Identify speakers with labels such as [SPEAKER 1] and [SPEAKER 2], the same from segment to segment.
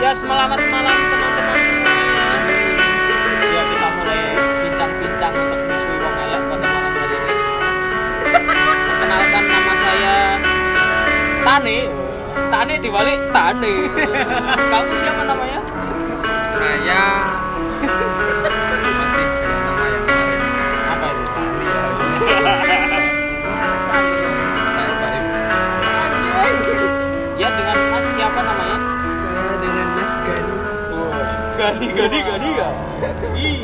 [SPEAKER 1] Ya, selamat malam teman-teman semuanya. Ya, kita mulai bincang-bincang untuk musuhi wong elek pada malam hari ini. Perkenalkan nama saya Tane. Tane dibalik Tane. Kamu siapa namanya?
[SPEAKER 2] saya masih dengan nama yang kemarin ya.
[SPEAKER 1] Apa itu?
[SPEAKER 2] Ali ya saya Baim
[SPEAKER 1] Ya, dengan Mas siapa namanya? Oh,
[SPEAKER 3] Saya dengan Mas Gani
[SPEAKER 1] Gani, Gani, Gani ya. Ih.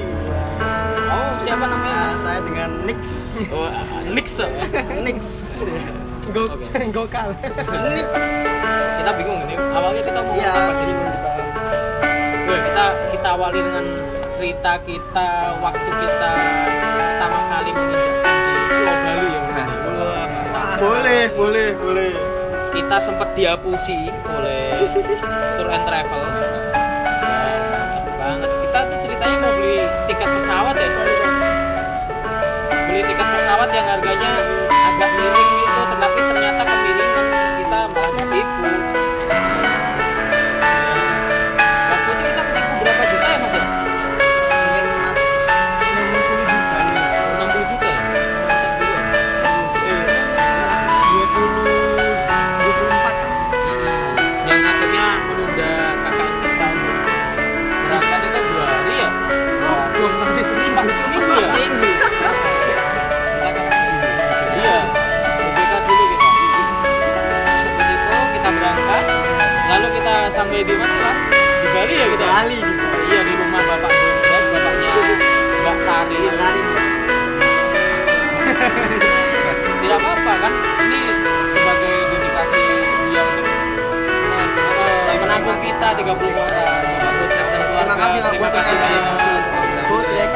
[SPEAKER 1] Kamu siapa namanya? Mas?
[SPEAKER 3] Saya dengan Nix
[SPEAKER 1] Oh, Nix. ya?
[SPEAKER 3] Nix Go
[SPEAKER 1] Oke.
[SPEAKER 3] Gokal Nix
[SPEAKER 1] Kita bingung ini. Awalnya kita mau
[SPEAKER 3] Ya
[SPEAKER 1] apa sih?
[SPEAKER 3] bingung kita
[SPEAKER 1] Weh, kita kita awali dengan cerita kita waktu kita pertama kali menginjak kaki di Pulau Bali ya.
[SPEAKER 2] Nah.
[SPEAKER 1] Wah.
[SPEAKER 3] Boleh boleh boleh
[SPEAKER 1] Kita sempat diapusi oleh tour and travel. Wah, cakep banget. Kita tuh ceritanya mau beli tiket pesawat ya. Beli tiket pesawat yang harganya agak miring itu, tetapi ternyata kemiringan terus kita malah ketipu. Waktu itu kita ketipu berapa juta ya mas ya?
[SPEAKER 3] Mungkin Mas 60 juta nih
[SPEAKER 1] 60 juta ya? Mantap juga.
[SPEAKER 3] Eh 20 24
[SPEAKER 1] yang akhirnya menunda KKN ke tahun berangkat itu dua hari ya
[SPEAKER 3] Oh, dua kali seminggu.
[SPEAKER 1] Empat seminggu ya?
[SPEAKER 3] Seminggu.
[SPEAKER 2] kita kakak
[SPEAKER 1] iya BPK dulu kita seperti itu kita berangkat lalu kita sampai di mana mas di Bali ya kita
[SPEAKER 3] Bali di Bali.
[SPEAKER 1] iya di rumah bapak Bunda bapaknya Mbak Tari
[SPEAKER 3] Iya, lari.
[SPEAKER 1] tidak apa-apa kan ini sebagai dedikasi dia untuk eh, menanggung kita 30 orang Bapak Putra dan keluarga.
[SPEAKER 3] Terima kasih Pak
[SPEAKER 1] terima kasih
[SPEAKER 3] Putra.
[SPEAKER 1] banyak
[SPEAKER 3] Botrek.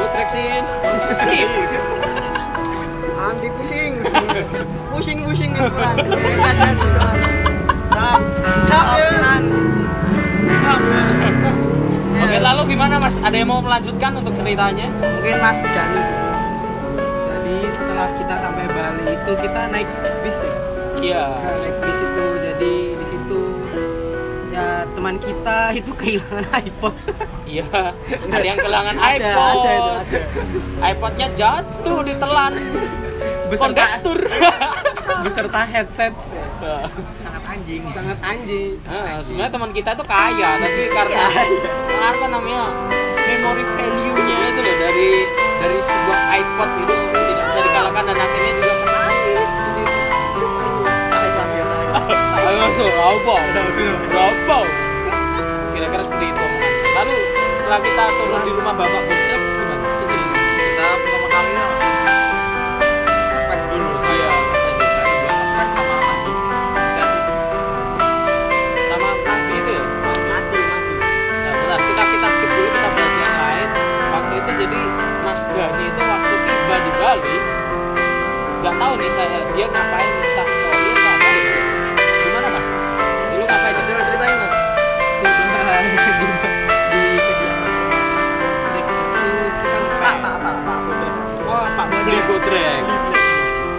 [SPEAKER 1] Putrek sin Sip.
[SPEAKER 3] Anti pusing. Pusing-pusing guys pulang. Enak jadi teman. Sap. Sap. teman.
[SPEAKER 1] Oke, lalu gimana Mas? Ada yang mau melanjutkan untuk ceritanya?
[SPEAKER 3] Mungkin Mas Gani dulu. Jadi setelah kita sampai Bali itu kita naik bis ya.
[SPEAKER 1] Iya.
[SPEAKER 3] Nah, naik bis itu jadi di situ ya teman kita itu kehilangan iPod.
[SPEAKER 1] Iya. Ada yang kehilangan
[SPEAKER 3] Ada,
[SPEAKER 1] iPod.
[SPEAKER 3] ada itu, ada.
[SPEAKER 1] iPodnya jatuh ditelan kondektur.
[SPEAKER 3] beserta headset.
[SPEAKER 1] Nah,
[SPEAKER 2] sangat anjing
[SPEAKER 3] Sangat anjing.
[SPEAKER 1] nah, Sebenarnya teman kita itu kaya,
[SPEAKER 3] Ah,
[SPEAKER 1] tapi
[SPEAKER 3] iya.
[SPEAKER 1] karena apa namanya memory value-nya itu loh dari dari sebuah iPod itu tidak bisa dikalahkan dan akhirnya juga menangis di situ.
[SPEAKER 3] Naik kelas ya, naik kelas.
[SPEAKER 1] Ayo masuk, apa? Apa? Kira-kira seperti itu. Lalu setelah kita turun di rumah bapak Botrek, gimana?
[SPEAKER 2] itu gini kita pertama kali lah pes dulu saya saya juga pes sama Andi dan
[SPEAKER 1] sama Pandi itu ya?
[SPEAKER 3] Mati, mati.
[SPEAKER 1] Nah, bentar, kita kita skip dulu kita bahas yang lain. Waktu itu jadi Mas Dani itu waktu tiba di Bali, nggak tahu nih saya dia ngapain entah coli entah apa gitu. Gimana mas? Dulu ngapain di
[SPEAKER 3] Coba ceritain mas. Pak, pak, pak, pak, Putri.
[SPEAKER 1] Oh Pak Beli Godrek.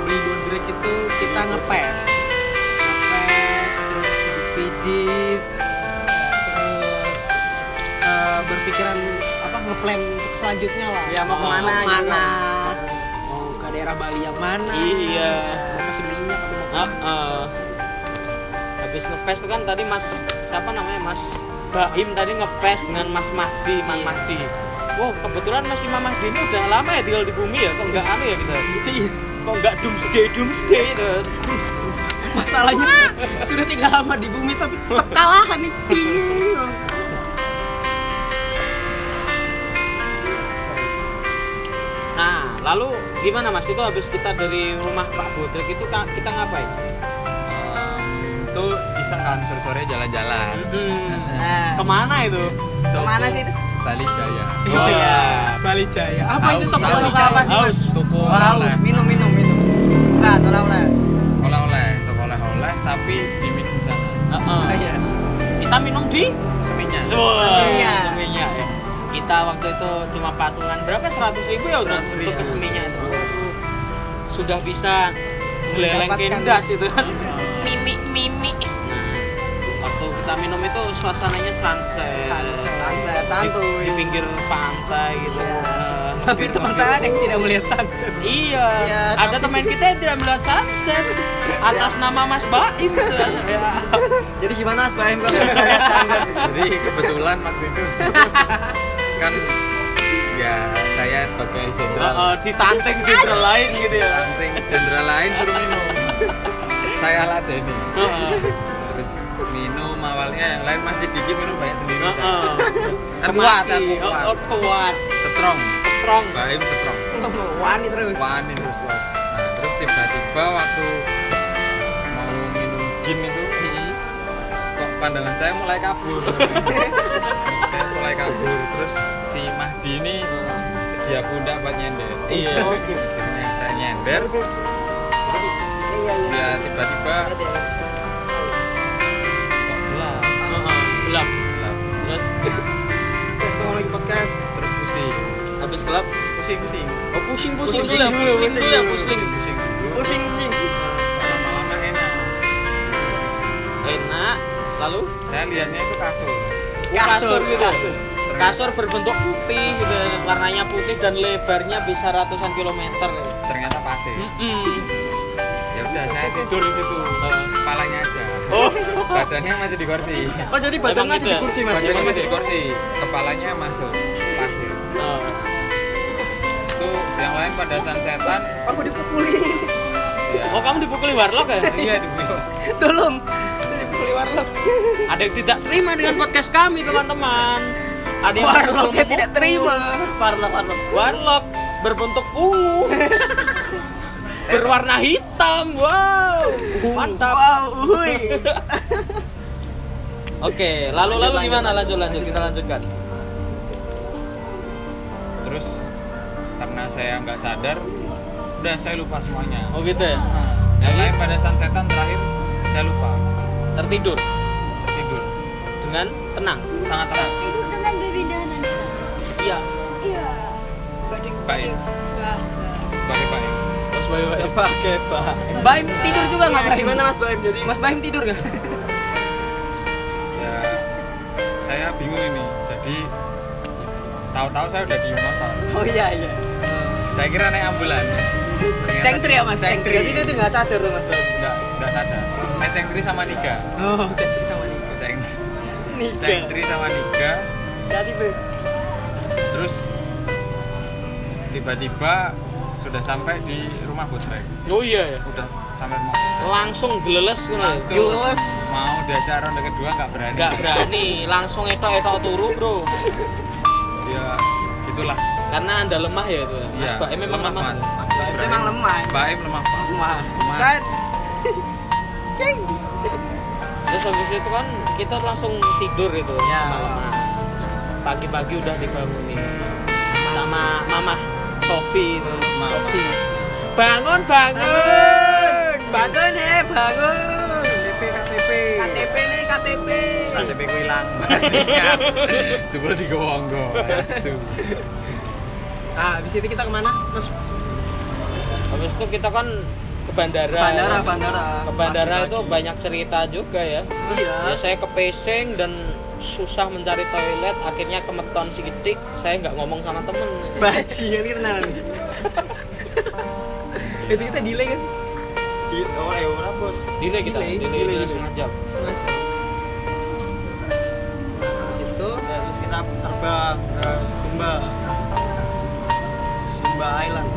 [SPEAKER 3] Beli bodrek itu
[SPEAKER 1] Kita ngepes.
[SPEAKER 3] ngepes, terus pijit, terus eh, berpikiran apa ngeplan untuk selanjutnya lah.
[SPEAKER 1] Ya, mau
[SPEAKER 3] Oh,
[SPEAKER 1] kemana gitu.
[SPEAKER 3] mana? Mau ke daerah Bali yang mana?
[SPEAKER 1] Iya.
[SPEAKER 3] Mau ke Seminyak atau mau ke
[SPEAKER 1] Nah, eh, habis ngepes itu kan tadi Mas siapa namanya Mas Baim tadi ngepes dengan Mas Mahdi, Mas
[SPEAKER 3] Iya.
[SPEAKER 1] Mahdi. Wow, kebetulan Mas Imam Mahdi ini udah lama ya tinggal di bumi ya, kok nggak aneh ya kita?
[SPEAKER 3] Iya.
[SPEAKER 1] Kok nggak gitu? doomsday doomsday itu?
[SPEAKER 3] Masalahnya sudah tinggal lama di bumi tapi tetap kalah nih tinggi.
[SPEAKER 1] Nah, lalu gimana Mas itu habis kita dari rumah Pak Bodrek itu ka- kita ngapain?
[SPEAKER 2] em, itu iseng kan sore-sore jalan-jalan
[SPEAKER 1] Hmm,
[SPEAKER 3] Nah,
[SPEAKER 1] kemana itu?
[SPEAKER 2] Itu
[SPEAKER 3] Kemana
[SPEAKER 2] aku
[SPEAKER 3] sih itu?
[SPEAKER 2] Bali Jaya
[SPEAKER 1] Oh iya.
[SPEAKER 3] Bali Jaya. Apa itu
[SPEAKER 2] Haus,
[SPEAKER 3] toko
[SPEAKER 2] haus,
[SPEAKER 3] toko apa sih?
[SPEAKER 1] Haus.
[SPEAKER 2] toko
[SPEAKER 3] Wah, haus, minum minum minum. Enggak, tolak lah.
[SPEAKER 2] oleh-oleh toko oleh-oleh tapi diminum di sana
[SPEAKER 1] Heeh.
[SPEAKER 3] Iya.
[SPEAKER 1] Kita minum di
[SPEAKER 2] seminya
[SPEAKER 1] Wah,
[SPEAKER 3] Seminya.
[SPEAKER 1] Seminya, ya. Kita waktu itu cuma patungan berapa? 100 ribu ya untuk
[SPEAKER 2] 100.000.
[SPEAKER 1] untuk ke Seminya itu. Sudah bisa ngeleleng
[SPEAKER 3] Mendapatkan.
[SPEAKER 1] kendas itu kan.
[SPEAKER 4] mimik mimik
[SPEAKER 1] Nah, waktu kita minum itu suasananya sunset
[SPEAKER 3] Sunset.
[SPEAKER 2] Sunset,
[SPEAKER 1] Di-
[SPEAKER 3] santuy.
[SPEAKER 1] di, pinggir pantai gitu
[SPEAKER 3] Iya.
[SPEAKER 1] Eh,
[SPEAKER 3] tapi
[SPEAKER 1] di-
[SPEAKER 3] teman
[SPEAKER 1] di-
[SPEAKER 3] saya ada yang tidak melihat sunset
[SPEAKER 1] Iya,
[SPEAKER 3] Iya,
[SPEAKER 1] ada
[SPEAKER 3] tapi-
[SPEAKER 1] teman kita yang tidak melihat sunset atas nama Mas Baim gitu. Ya.
[SPEAKER 3] jadi gimana Mas Baim kalau nggak bisa lihat sunset
[SPEAKER 2] Jadi kebetulan waktu itu kan ya saya sebagai
[SPEAKER 3] Oh,
[SPEAKER 2] jenderal
[SPEAKER 1] Uh, ditanting jenderal lain gitu ya.
[SPEAKER 2] Ranting jenderal lain suruh minum. saya ladeni.
[SPEAKER 1] Heeh.
[SPEAKER 2] Terus minum awalnya yang lain masih dikit minum banyak sendiri.
[SPEAKER 3] Oh,
[SPEAKER 2] saya.
[SPEAKER 1] Heeh.
[SPEAKER 2] Kan kuat,
[SPEAKER 1] Mati.
[SPEAKER 2] aku
[SPEAKER 1] Oh, oh,
[SPEAKER 2] kuat.
[SPEAKER 1] kuat.
[SPEAKER 2] Strong.
[SPEAKER 1] Strong.
[SPEAKER 2] Baim strong.
[SPEAKER 3] wani terus
[SPEAKER 2] Wani terus bos. Nah, terus tiba-tiba waktu mau minum gin itu kok pandangan saya mulai kabur. saya mulai kabur. Terus si Mahdi ini sedia pundak buat nyender.
[SPEAKER 1] Iya.
[SPEAKER 2] Akhirnya saya nyender. Terus ya tiba-tiba kok gelap.
[SPEAKER 1] Heeh, Gelap.
[SPEAKER 2] Gelap.
[SPEAKER 1] Terus
[SPEAKER 3] Saya lagi podcast
[SPEAKER 2] Terus pusing.
[SPEAKER 1] habis gelap
[SPEAKER 2] Pusing-pusing.
[SPEAKER 1] oh pusing-pusing
[SPEAKER 3] Pusing
[SPEAKER 1] dulu,
[SPEAKER 3] dulu,
[SPEAKER 1] pusing
[SPEAKER 3] pusing
[SPEAKER 1] dulu, ya,
[SPEAKER 3] dulu.
[SPEAKER 1] pusing.
[SPEAKER 2] Pusing-pusing dulu.
[SPEAKER 3] pusing pusing
[SPEAKER 2] Lama-lama enak.
[SPEAKER 1] Enak. Lalu
[SPEAKER 2] Saya lihatnya itu kasur.
[SPEAKER 1] kasur gitu.
[SPEAKER 3] kasur.
[SPEAKER 1] Kasur berbentuk putih gitu, warnanya putih dan lebarnya bisa ratusan kilometer. gitu.
[SPEAKER 2] Ternyata pasir.
[SPEAKER 1] Mm-mm.
[SPEAKER 2] Ya udah saya tidur di situ. Kepalanya aja.
[SPEAKER 1] Oh.
[SPEAKER 2] Badannya masih di kursi.
[SPEAKER 3] oh jadi
[SPEAKER 1] Emang
[SPEAKER 3] badan masih
[SPEAKER 1] gitu?
[SPEAKER 3] di kursi mas
[SPEAKER 2] Badannya
[SPEAKER 1] masih.
[SPEAKER 2] masih di kursi. Kepalanya masuk pasir.
[SPEAKER 1] Oh.
[SPEAKER 2] Terus Itu yang lain pada sunsetan.
[SPEAKER 3] aku dipukulin
[SPEAKER 2] Ya.
[SPEAKER 1] Oh kamu dipukuli warlock ya?
[SPEAKER 2] Iya dibeli.
[SPEAKER 3] tolong saya dipukuli warlock
[SPEAKER 1] Ada yang tidak terima dengan podcast kami teman-teman. Ada yang
[SPEAKER 3] warlocknya
[SPEAKER 1] memukul-
[SPEAKER 3] tidak terima warlock warlock
[SPEAKER 1] Warlock berbentuk ungu. berwarna hitam. Wow. Mantap.
[SPEAKER 3] wow uhuy
[SPEAKER 1] Oke, lalu lalu
[SPEAKER 3] Lanjut,
[SPEAKER 1] gimana lanjut
[SPEAKER 3] lanjut.
[SPEAKER 1] lanjut kita lanjutkan.
[SPEAKER 2] Terus karena saya nggak sadar, udah saya lupa semuanya.
[SPEAKER 1] Oh gitu ya.
[SPEAKER 2] Yang lain pada sunsetan terakhir saya lupa
[SPEAKER 1] Tertidur
[SPEAKER 2] tidur.
[SPEAKER 1] dengan tenang.
[SPEAKER 2] Sangat terang.
[SPEAKER 5] Itu dengan berbedaan Anita.
[SPEAKER 1] Iya.
[SPEAKER 5] Iya. Badeng,
[SPEAKER 2] Baik.
[SPEAKER 5] Enggak.
[SPEAKER 2] Sebagai baik.
[SPEAKER 1] Bos baik baik.
[SPEAKER 3] sebagai pak Baim tidur juga nggak Baim gimana mas Baim jadi mas Baim tidur nggak
[SPEAKER 2] Ya saya bingung ini. Jadi tahu-tahu saya udah di motor.
[SPEAKER 3] oh iya iya
[SPEAKER 2] Saya kira naik ambulan. Ternyata-
[SPEAKER 3] cengtri ya mas
[SPEAKER 2] Cengtri.
[SPEAKER 3] jadi dia tuh nggak sadar tuh mas Baim
[SPEAKER 2] Nggak nggak sadar. Saya cengtri sama Niga.
[SPEAKER 3] oh cengtri sama Nika
[SPEAKER 2] Ceng,
[SPEAKER 3] Nika
[SPEAKER 2] cengtri sama Niga.
[SPEAKER 3] jadi be
[SPEAKER 2] Terus tiba-tiba sudah sampai di rumah Botrek.
[SPEAKER 1] Oh iya ya.
[SPEAKER 2] Udah sampai rumah Botrek.
[SPEAKER 1] Langsung geleles kan.
[SPEAKER 2] Langsung.
[SPEAKER 3] Geles.
[SPEAKER 2] Mau diajak ronde kedua nggak berani.
[SPEAKER 1] Gak berani, langsung etok-etok turu, Bro.
[SPEAKER 2] Ya gitulah.
[SPEAKER 1] Karena Anda lemah ya itu. Mas
[SPEAKER 2] Ya,
[SPEAKER 1] Baim memang lemah.
[SPEAKER 2] banget.
[SPEAKER 3] Iya, mas Baim memang lemah
[SPEAKER 2] Baim lemah banget.
[SPEAKER 3] lemah
[SPEAKER 2] Lemah.
[SPEAKER 3] kan
[SPEAKER 1] Terus habis itu kan kita langsung tidur itu
[SPEAKER 3] Ya.
[SPEAKER 1] semalaman. Pagi-pagi udah dibangunin sama mamah Sofi itu.
[SPEAKER 2] Mama.
[SPEAKER 1] Sofi. Bangun, bangun.
[SPEAKER 3] bangun bangun eh bangun KTP KTP KTP nih KTP
[SPEAKER 2] KTP ku hilang. Coba digowonggo. Asu.
[SPEAKER 3] ah habis itu kita kemana mas
[SPEAKER 1] Habis itu kita kan ke bandara.
[SPEAKER 3] bandara bandara
[SPEAKER 1] Ke
[SPEAKER 3] Oh,
[SPEAKER 1] bandara itu banyak cerita juga ya. Ya
[SPEAKER 3] iya
[SPEAKER 1] saya ke pesing dan susah mencari toilet, akhirnya kemeton sidik. Saya nggak ngomong sama temen.
[SPEAKER 3] Bajingan kita nanan. Itu kita delay gak sih? Di awal ya ora, Bos.
[SPEAKER 1] Delay kita, delay,
[SPEAKER 3] Delay,
[SPEAKER 1] delay,
[SPEAKER 3] delay, delay.
[SPEAKER 1] setengah jam.
[SPEAKER 3] Setengah jam. Habis itu terus kita terbang ke Eh, Sumba. Sumba Island.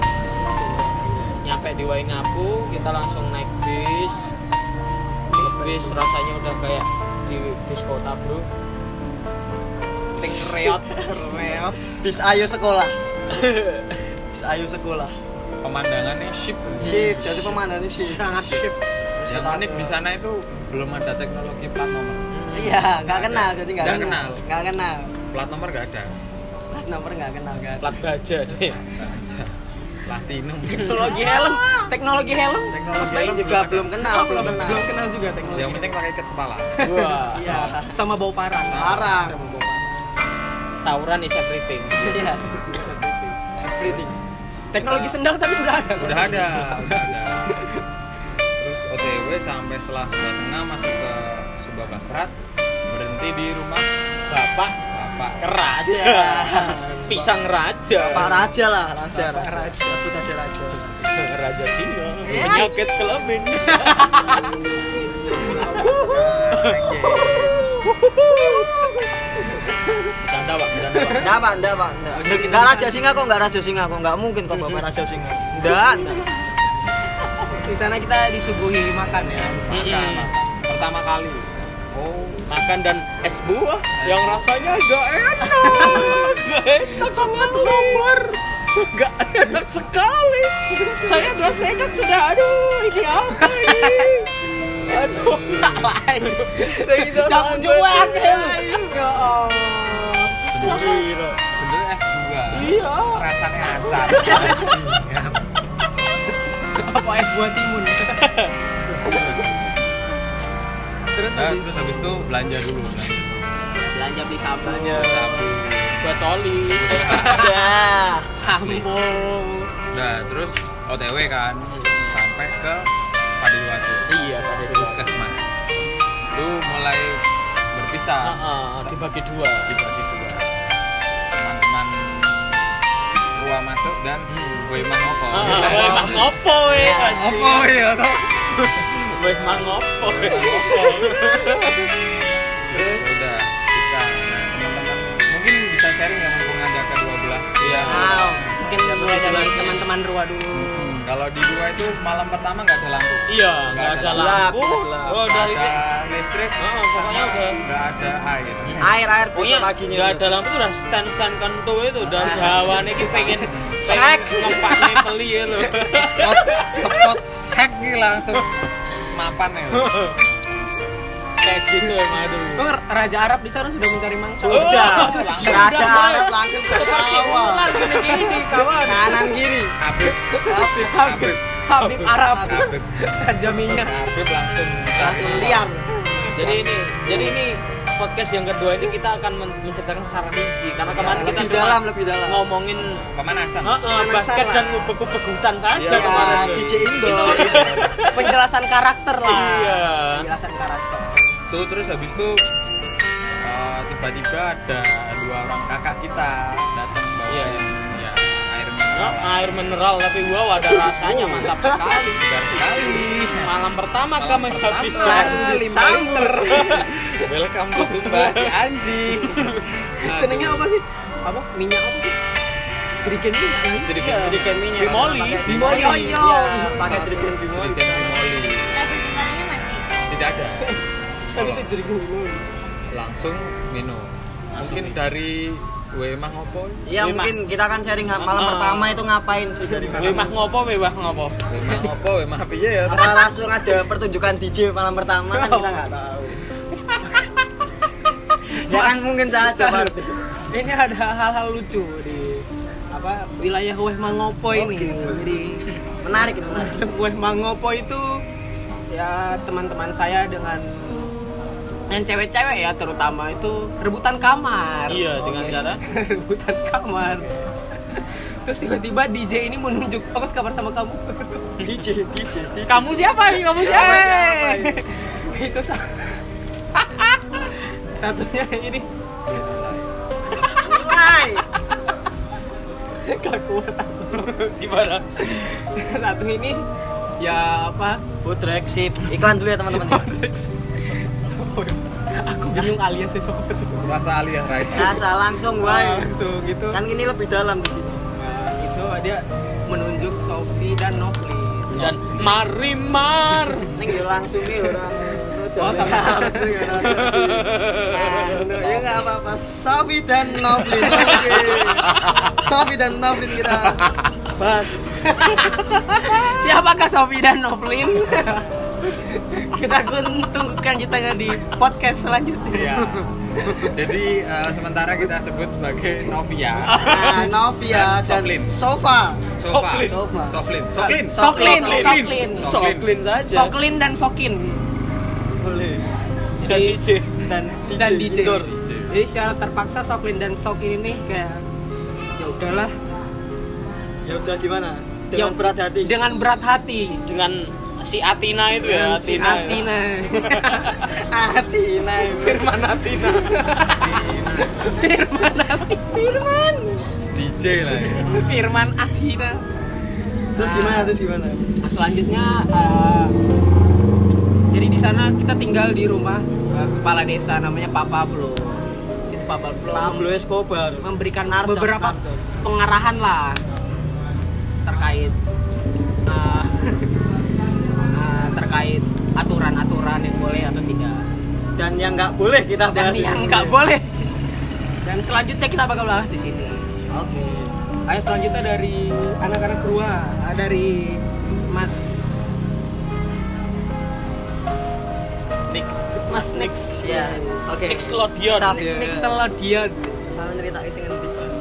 [SPEAKER 1] nyampe di Waingapu kita langsung naik bis Naik bis rasanya udah kayak di bis kota bro ting reot reot
[SPEAKER 3] Bis ayo sekolah. Bis ayo sekolah.
[SPEAKER 2] Pemandangannya ship.
[SPEAKER 3] Sip, jadi pemandangannya sip.
[SPEAKER 1] sangat sip
[SPEAKER 2] Yang unik di sana itu belum ada teknologi plat nomor.
[SPEAKER 3] Iya, nggak kenal, jadi nggak
[SPEAKER 2] Nggak
[SPEAKER 3] kenal.
[SPEAKER 2] kenal.
[SPEAKER 3] Nggak kenal.
[SPEAKER 2] Plat nomor nggak ada.
[SPEAKER 3] Mas nomor nggak kenal kan.
[SPEAKER 1] plat baja deh
[SPEAKER 2] Nggak ada. Platinum.
[SPEAKER 3] teknologi helm teknologi helm
[SPEAKER 2] Teknologi
[SPEAKER 3] Mas Bayu
[SPEAKER 2] helm
[SPEAKER 3] juga
[SPEAKER 2] belum
[SPEAKER 3] belum kenal belum kenal belum kenal juga
[SPEAKER 2] Yang
[SPEAKER 3] teknologi
[SPEAKER 2] penting pakai ikat kepala.
[SPEAKER 1] wah
[SPEAKER 3] iya sama bau parang
[SPEAKER 2] Sama,
[SPEAKER 3] parang
[SPEAKER 2] sama
[SPEAKER 1] tawuran is everything
[SPEAKER 3] iya everything teknologi sendal tapi udah ada
[SPEAKER 2] Udah ada, udah ada. Terus OTW sampai setelah Sumba Tengah masuk ke Sumba Barat, berhenti di rumah
[SPEAKER 1] bapak
[SPEAKER 2] bapak
[SPEAKER 1] keraja pisang raja
[SPEAKER 6] Pak Raja lah, Raja.
[SPEAKER 1] Pak Raja.
[SPEAKER 6] Sebut aja Raja.
[SPEAKER 1] raja singa penyakit kelamin bercanda pak bercanda pak
[SPEAKER 6] Enggak, Pak, enggak, Pak.
[SPEAKER 3] Oh,
[SPEAKER 6] Enggak. Enggak Raja Singa kok enggak Raja Singa kok enggak mungkin kok Bapak Raja Singa. Enggak, enggak.
[SPEAKER 3] Di sana kita disuguhi makan ya.
[SPEAKER 2] Makan,
[SPEAKER 1] Mm-mm.
[SPEAKER 2] makan. pertama kali oh
[SPEAKER 1] makan dan es buah yang rasanya gak enak gak enak sangat hambar gak enak sekali saya rasa enak sudah aduh ini apa ini aduh
[SPEAKER 3] Salah aja. Jamu juwak ya. Ya Allah.
[SPEAKER 1] gila
[SPEAKER 2] bener S2
[SPEAKER 1] iya
[SPEAKER 2] rasanya acar
[SPEAKER 6] Apa es buah timun?
[SPEAKER 2] terus habis
[SPEAKER 1] Nah,
[SPEAKER 2] terus habis itu belanja dulu belanja
[SPEAKER 3] Belanja beli sabun.
[SPEAKER 2] sabu
[SPEAKER 1] gua coli
[SPEAKER 6] Ya.
[SPEAKER 3] Sampo.
[SPEAKER 2] nah terus OTW kan sampai ke Padiwatu
[SPEAKER 1] iya pada dulu sekali
[SPEAKER 2] puskesmas itu mulai berpisah
[SPEAKER 1] Ah, dibagi dua
[SPEAKER 2] dibagi dua teman-teman gua masuk dan gue mah ngopo
[SPEAKER 1] Ah, Iya. weh, mang opo weh anjing.
[SPEAKER 2] ngopo ya toh
[SPEAKER 1] Weh, mang opo weh.
[SPEAKER 2] terus udah bisa nah, teman-teman mungkin bisa sharing ya mumpung ada kedua belah
[SPEAKER 1] Iya.
[SPEAKER 2] pihak
[SPEAKER 6] Wow.
[SPEAKER 3] Mungkin mulai dari teman-teman Rua dulu.
[SPEAKER 2] Hmm, kalau di dua itu malam pertama nggak ada lampu
[SPEAKER 1] iya nggak ada lampu
[SPEAKER 6] gelap.
[SPEAKER 1] oh
[SPEAKER 2] nggak
[SPEAKER 1] dari
[SPEAKER 2] ada listrik
[SPEAKER 1] Ah, pokoknya
[SPEAKER 2] sama
[SPEAKER 1] udah-
[SPEAKER 2] nggak ada air
[SPEAKER 6] Air
[SPEAKER 3] Oh, iya.
[SPEAKER 6] air
[SPEAKER 1] Pokoknya
[SPEAKER 6] besok paginya.
[SPEAKER 1] Iya, nggak
[SPEAKER 6] itu.
[SPEAKER 1] ada lampu tuh udah stand stand kentu itu dan
[SPEAKER 6] Ah.
[SPEAKER 1] hawa nih kita pengen pengen
[SPEAKER 6] Sek.
[SPEAKER 1] ngempak nih peli ya lo.
[SPEAKER 2] spot spot sek nih langsung mapan ya
[SPEAKER 1] Kayak gitu emang aduh.
[SPEAKER 3] Bang, Oh, Raja Arab di sana sudah mencari mangsa.
[SPEAKER 6] Sudah.
[SPEAKER 1] langsung
[SPEAKER 6] Raja
[SPEAKER 1] udah,
[SPEAKER 6] Arab
[SPEAKER 1] Mas.
[SPEAKER 6] langsung ke
[SPEAKER 1] Seperti
[SPEAKER 6] awal.
[SPEAKER 1] ular gini-gini kawan.
[SPEAKER 6] Kanan kiri.
[SPEAKER 2] Habib
[SPEAKER 6] Habib.
[SPEAKER 2] Habib
[SPEAKER 3] Habib Arab.
[SPEAKER 2] Habib
[SPEAKER 3] Raja minyak.
[SPEAKER 2] Habib langsung
[SPEAKER 6] Langsung liar.
[SPEAKER 1] Jadi ini jadi ini podcast yang kedua ini kita akan men- menceritakan secara rinci karena
[SPEAKER 3] Iya,
[SPEAKER 1] kemarin kita
[SPEAKER 6] Lebih
[SPEAKER 1] cuma
[SPEAKER 6] dalam, lebih dalam.
[SPEAKER 1] ngomongin
[SPEAKER 2] pemanasan
[SPEAKER 1] ah, ah,
[SPEAKER 6] Pemanasan
[SPEAKER 1] basket
[SPEAKER 6] lah.
[SPEAKER 1] dan ubek-ubekutan saja
[SPEAKER 2] Iya,
[SPEAKER 1] kemarin.
[SPEAKER 6] Ya,
[SPEAKER 1] tuh.
[SPEAKER 6] DJ Indo.
[SPEAKER 3] Penjelasan karakter lah.
[SPEAKER 1] Iya.
[SPEAKER 3] Penjelasan karakter.
[SPEAKER 2] tuh terus habis itu eh, tiba-tiba ada dua orang kakak kita datang bawa
[SPEAKER 1] Iya.
[SPEAKER 2] yang ya air
[SPEAKER 1] Ah,
[SPEAKER 2] mineral
[SPEAKER 1] air mineral tapi wow ada rasanya mantap sekali.
[SPEAKER 2] segar sekali
[SPEAKER 1] Malam pertama
[SPEAKER 2] Malam
[SPEAKER 1] kami
[SPEAKER 2] pertama.
[SPEAKER 1] habiskan
[SPEAKER 6] Langsung
[SPEAKER 3] lima
[SPEAKER 6] disambut.
[SPEAKER 2] welcome to Sumba si anjing
[SPEAKER 3] Senengnya apa sih? Apa? Minyak apa sih? Jerigen minyak. ya?
[SPEAKER 2] jadi
[SPEAKER 1] Iya.
[SPEAKER 6] Jadi kayak minyak.
[SPEAKER 1] Bimoli.
[SPEAKER 3] Bimoli,
[SPEAKER 6] Bimoli. Iya,
[SPEAKER 3] iya.
[SPEAKER 6] pakai jerigen Bimoli.
[SPEAKER 2] Jerigen Bimoli.
[SPEAKER 5] Level kemarinnya masih.
[SPEAKER 2] tidak ada
[SPEAKER 6] Tapi itu jerigen Bimoli.
[SPEAKER 2] langsung minum
[SPEAKER 1] Langsung
[SPEAKER 2] mungkin
[SPEAKER 1] minum.
[SPEAKER 2] dari gue mah ngopo
[SPEAKER 6] Iya
[SPEAKER 1] Wih,
[SPEAKER 6] mungkin kita akan sharing ha- malam
[SPEAKER 1] Ah.
[SPEAKER 6] pertama itu ngapain sih dari
[SPEAKER 1] Weh mah ngopo, weh mah ngopo.
[SPEAKER 2] gue mah ngopo gue mah piye ya
[SPEAKER 6] Apa langsung ada pertunjukan DJ malam pertama kan kita nggak tahu. ya kan mungkin saja Bardi.
[SPEAKER 3] ini ada hal-hal lucu di apa wilayah Weh Mangopo ini. Jadi
[SPEAKER 6] Menarik itu. menarik.
[SPEAKER 3] masuk Weh Mangopo itu ya teman-teman saya dengan yang cewek-cewek ya terutama itu rebutan kamar.
[SPEAKER 1] Iya, dengan
[SPEAKER 3] Oke.
[SPEAKER 1] cara?
[SPEAKER 3] rebutan kamar. Terus tiba-tiba DJ ini menunjuk, aku kamar sama kamu.
[SPEAKER 6] DJ, DJ, DJ.
[SPEAKER 1] Kamu siapa? ini? Kamu siapa?
[SPEAKER 3] Hey! Eh, itu sa- satunya ini
[SPEAKER 6] Mulai.
[SPEAKER 3] gak kuat
[SPEAKER 1] Gimana?
[SPEAKER 3] satu ini ya apa
[SPEAKER 6] Putrek sip. Iklan dulu ya teman-teman.
[SPEAKER 3] Sopo ya? aku bingung alias ya sopo sih.
[SPEAKER 2] rasa alias right
[SPEAKER 6] Rasa langsung wae.
[SPEAKER 3] langsung gitu
[SPEAKER 6] Kan ini lebih dalam di sini.
[SPEAKER 3] Nah, itu dia menunjuk Sofi dan Novli
[SPEAKER 1] Dan mari mar.
[SPEAKER 6] Neng yo langsung ki orang.
[SPEAKER 3] Oh, sama.
[SPEAKER 6] Nah, ya nggak apa-apa. Safi dan Novlin. Oke. Safi dan Novlin kita bahas.
[SPEAKER 3] siapakah Sofi dan Novlin kita akan tunggu kelanjutannya di podcast selanjutnya
[SPEAKER 2] ya jadi eh, sementara kita sebut sebagai Novia
[SPEAKER 6] Nah, Novia
[SPEAKER 2] Dan Soflin.
[SPEAKER 6] dan Sofa.
[SPEAKER 2] Sofa
[SPEAKER 1] Soflin.
[SPEAKER 6] Sofa.
[SPEAKER 2] Soflin Soklin
[SPEAKER 3] Soklin
[SPEAKER 1] Soklin.
[SPEAKER 3] Soklin
[SPEAKER 1] Soklin saja.
[SPEAKER 3] Soklin dan Sokin
[SPEAKER 6] Boleh.
[SPEAKER 1] Dan DJ.
[SPEAKER 3] dan dan DJ
[SPEAKER 6] indoor.
[SPEAKER 3] jadi secara terpaksa Soklin dan Sokin ini kayak ya udahlah
[SPEAKER 6] Ya udah gimana?
[SPEAKER 3] Ya,
[SPEAKER 6] Dengan berat hati.
[SPEAKER 3] dengan berat hati
[SPEAKER 1] dengan si Atina itu ya
[SPEAKER 3] si
[SPEAKER 1] Atina, ya.
[SPEAKER 3] Atina Atina Firman Atina Firman Atina Firman
[SPEAKER 2] DJ lah ya
[SPEAKER 3] Firman Atina
[SPEAKER 6] Terus gimana? Terus gimana?
[SPEAKER 3] selanjutnya eh, jadi di sana kita tinggal di rumah eh, kepala desa namanya Pak Pablo situ Pak Pablo
[SPEAKER 6] Pablo Escobar.
[SPEAKER 3] memberikan narcos,
[SPEAKER 6] Beberapa-
[SPEAKER 3] narcos. pengarahan lah terkait uh, uh, terkait aturan-aturan yang boleh atau tidak
[SPEAKER 6] Dan yang nggak boleh kita
[SPEAKER 3] dan
[SPEAKER 6] bahas. di
[SPEAKER 3] yang
[SPEAKER 6] sini.
[SPEAKER 3] nggak boleh Iya, dan selanjutnya kita bakal bahas di sini
[SPEAKER 6] Oke.
[SPEAKER 3] ayo selanjutnya dari anak-anak Rua uh, dari Mas
[SPEAKER 1] Nix
[SPEAKER 3] Mas Nix
[SPEAKER 6] Ya. Oke.
[SPEAKER 1] Nixlodion
[SPEAKER 6] Saf.
[SPEAKER 3] Nix- Nixelodion
[SPEAKER 6] Salah cerita isi ngendi, Bang.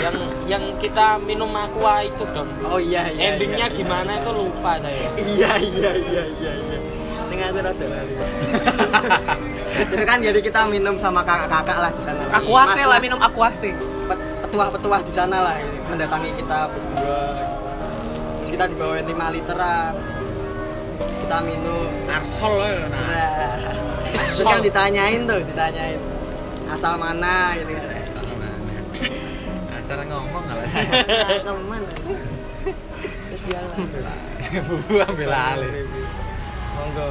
[SPEAKER 1] yang yang kita minum aqua itu dong
[SPEAKER 6] Oh iya iya. iya,
[SPEAKER 1] endingnya
[SPEAKER 6] iya.
[SPEAKER 1] gimana itu lupa saya
[SPEAKER 6] Iya iya iya iya iya. Ning aku rada lali. Jadi kan jadi kita minum sama kakak-kakak lah di sana.
[SPEAKER 3] Aquase lah
[SPEAKER 6] Mas-mas
[SPEAKER 3] minum Aquase
[SPEAKER 6] pet- petuah-petuah di sana lah ini, mendatangi kita berdua. Terus kita dibawain 5 literan. Terus kita minum.
[SPEAKER 2] Arsol lah ya, nah
[SPEAKER 6] Nah, Terus kan ditanyain tuh, ditanyain asal mana gitu kan.
[SPEAKER 2] Arsol lah Acara ngomong nggak lah
[SPEAKER 6] Nah, kamu mana? Terus jalan.
[SPEAKER 2] Bubu ambil alih
[SPEAKER 6] Monggo.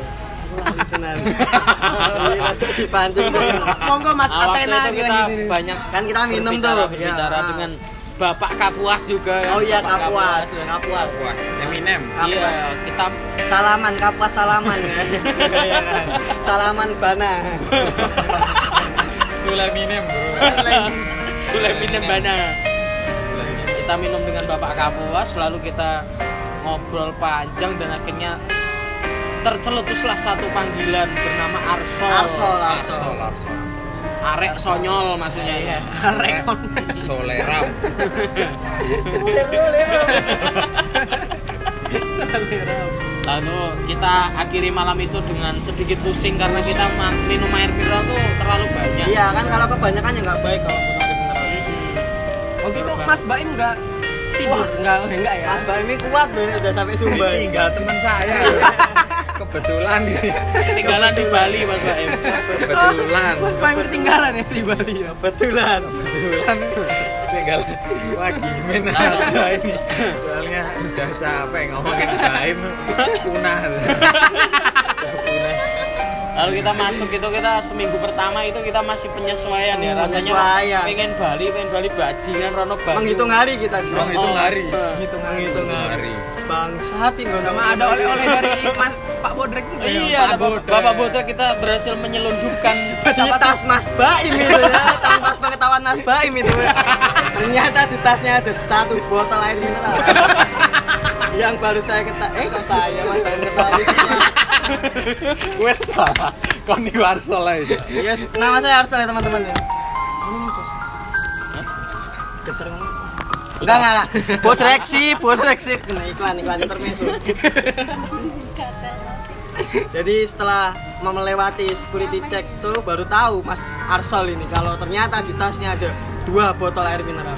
[SPEAKER 6] Aku tenan. Ini rada dipancing.
[SPEAKER 3] monggo Mas
[SPEAKER 1] Nah, waktu
[SPEAKER 3] Athena
[SPEAKER 1] itu kita
[SPEAKER 3] gini, gini.
[SPEAKER 1] banyak
[SPEAKER 6] Kan kita minum tuh.
[SPEAKER 1] berbicara,
[SPEAKER 6] ya.
[SPEAKER 1] berbicara dengan Bapak Kapuas juga kan.
[SPEAKER 6] Oh iya
[SPEAKER 1] Bapak
[SPEAKER 6] kapuas,
[SPEAKER 1] ya.
[SPEAKER 6] kapuas.
[SPEAKER 2] Puas Eminem
[SPEAKER 1] Iya,
[SPEAKER 6] Kapuas.
[SPEAKER 1] kita
[SPEAKER 6] Salaman kapuas salaman ya. Iya kan? Salaman banas.
[SPEAKER 2] Suleminem bro
[SPEAKER 1] sudah
[SPEAKER 6] Iya,
[SPEAKER 1] minum bana.
[SPEAKER 2] Suleminem
[SPEAKER 1] kita minum dengan Bapak Kapuas lalu kita ngobrol panjang dan akhirnya terceletuslah satu panggilan bernama Arsol.
[SPEAKER 6] Arsol, arsol.
[SPEAKER 2] Arsol Arsol
[SPEAKER 1] Arek sonyol maksudnya
[SPEAKER 6] Iya.
[SPEAKER 1] ya. Arek sonyol.
[SPEAKER 2] Soleram
[SPEAKER 1] Lalu Anu, kita akhiri malam itu dengan sedikit pusing karena kita ma- minum air mineral tuh terlalu banyak.
[SPEAKER 6] Iya kan kalau kebanyakan ya nggak baik kalau kurang mineral.
[SPEAKER 1] Mm-mm.
[SPEAKER 3] waktu itu Oh, gitu. Mas Baim nggak tidur nggak nggak ya
[SPEAKER 6] Mas Baimi kuat loh ini udah sampai Sumba.
[SPEAKER 2] Tinggal teman saya Kebetulan
[SPEAKER 1] Ketinggalan di Bali Mas Baim.
[SPEAKER 2] Kebetulan
[SPEAKER 3] Mas Baim ketinggalan ya di Bali ya
[SPEAKER 6] Betulan.
[SPEAKER 2] Kebetulan Tinggal Lagi main aja ini Soalnya udah capek ngomongin Baim Punah
[SPEAKER 1] Lalu kita masuk itu kita seminggu pertama itu kita masih penyesuaian ya rasanya
[SPEAKER 6] Penyesuaian.
[SPEAKER 1] pengen Bali pengen Bali bajingan Rono Bali. Oh, eh.
[SPEAKER 6] Menghitung hari kita di sana.
[SPEAKER 1] Menghitung-
[SPEAKER 2] Menghitung hari
[SPEAKER 1] Menghitung
[SPEAKER 6] Menghitung hari. Bangsa tinggal
[SPEAKER 3] sama ada oleh-oleh dari Mas Pak Bodrek juga ya,
[SPEAKER 1] Iya,
[SPEAKER 3] Pak
[SPEAKER 1] Bapak,
[SPEAKER 2] Bodrek.
[SPEAKER 1] Bapak Bodrek kita berhasil menyelundupkan
[SPEAKER 6] di tas Mas Baim itu ya tanpa pengetahuan Mas Baim itu ya. ternyata di tasnya ada satu botol air mineral yang baru saya keta eh kok saya Mas Baim ketahui sih Mas?
[SPEAKER 2] Wes lah Kon di Warsol aja
[SPEAKER 6] yes nama saya Arsel ya teman-teman ya Ini nih, Bos. Geter banget. Enggak, enggak, enggak. Bodrek sih, bodrek sih. Nah, iklan, iklan intermezzo. Jadi setelah melewati security check tuh baru tahu Mas Arsol ini kalau ternyata di tasnya ada dua botol air mineral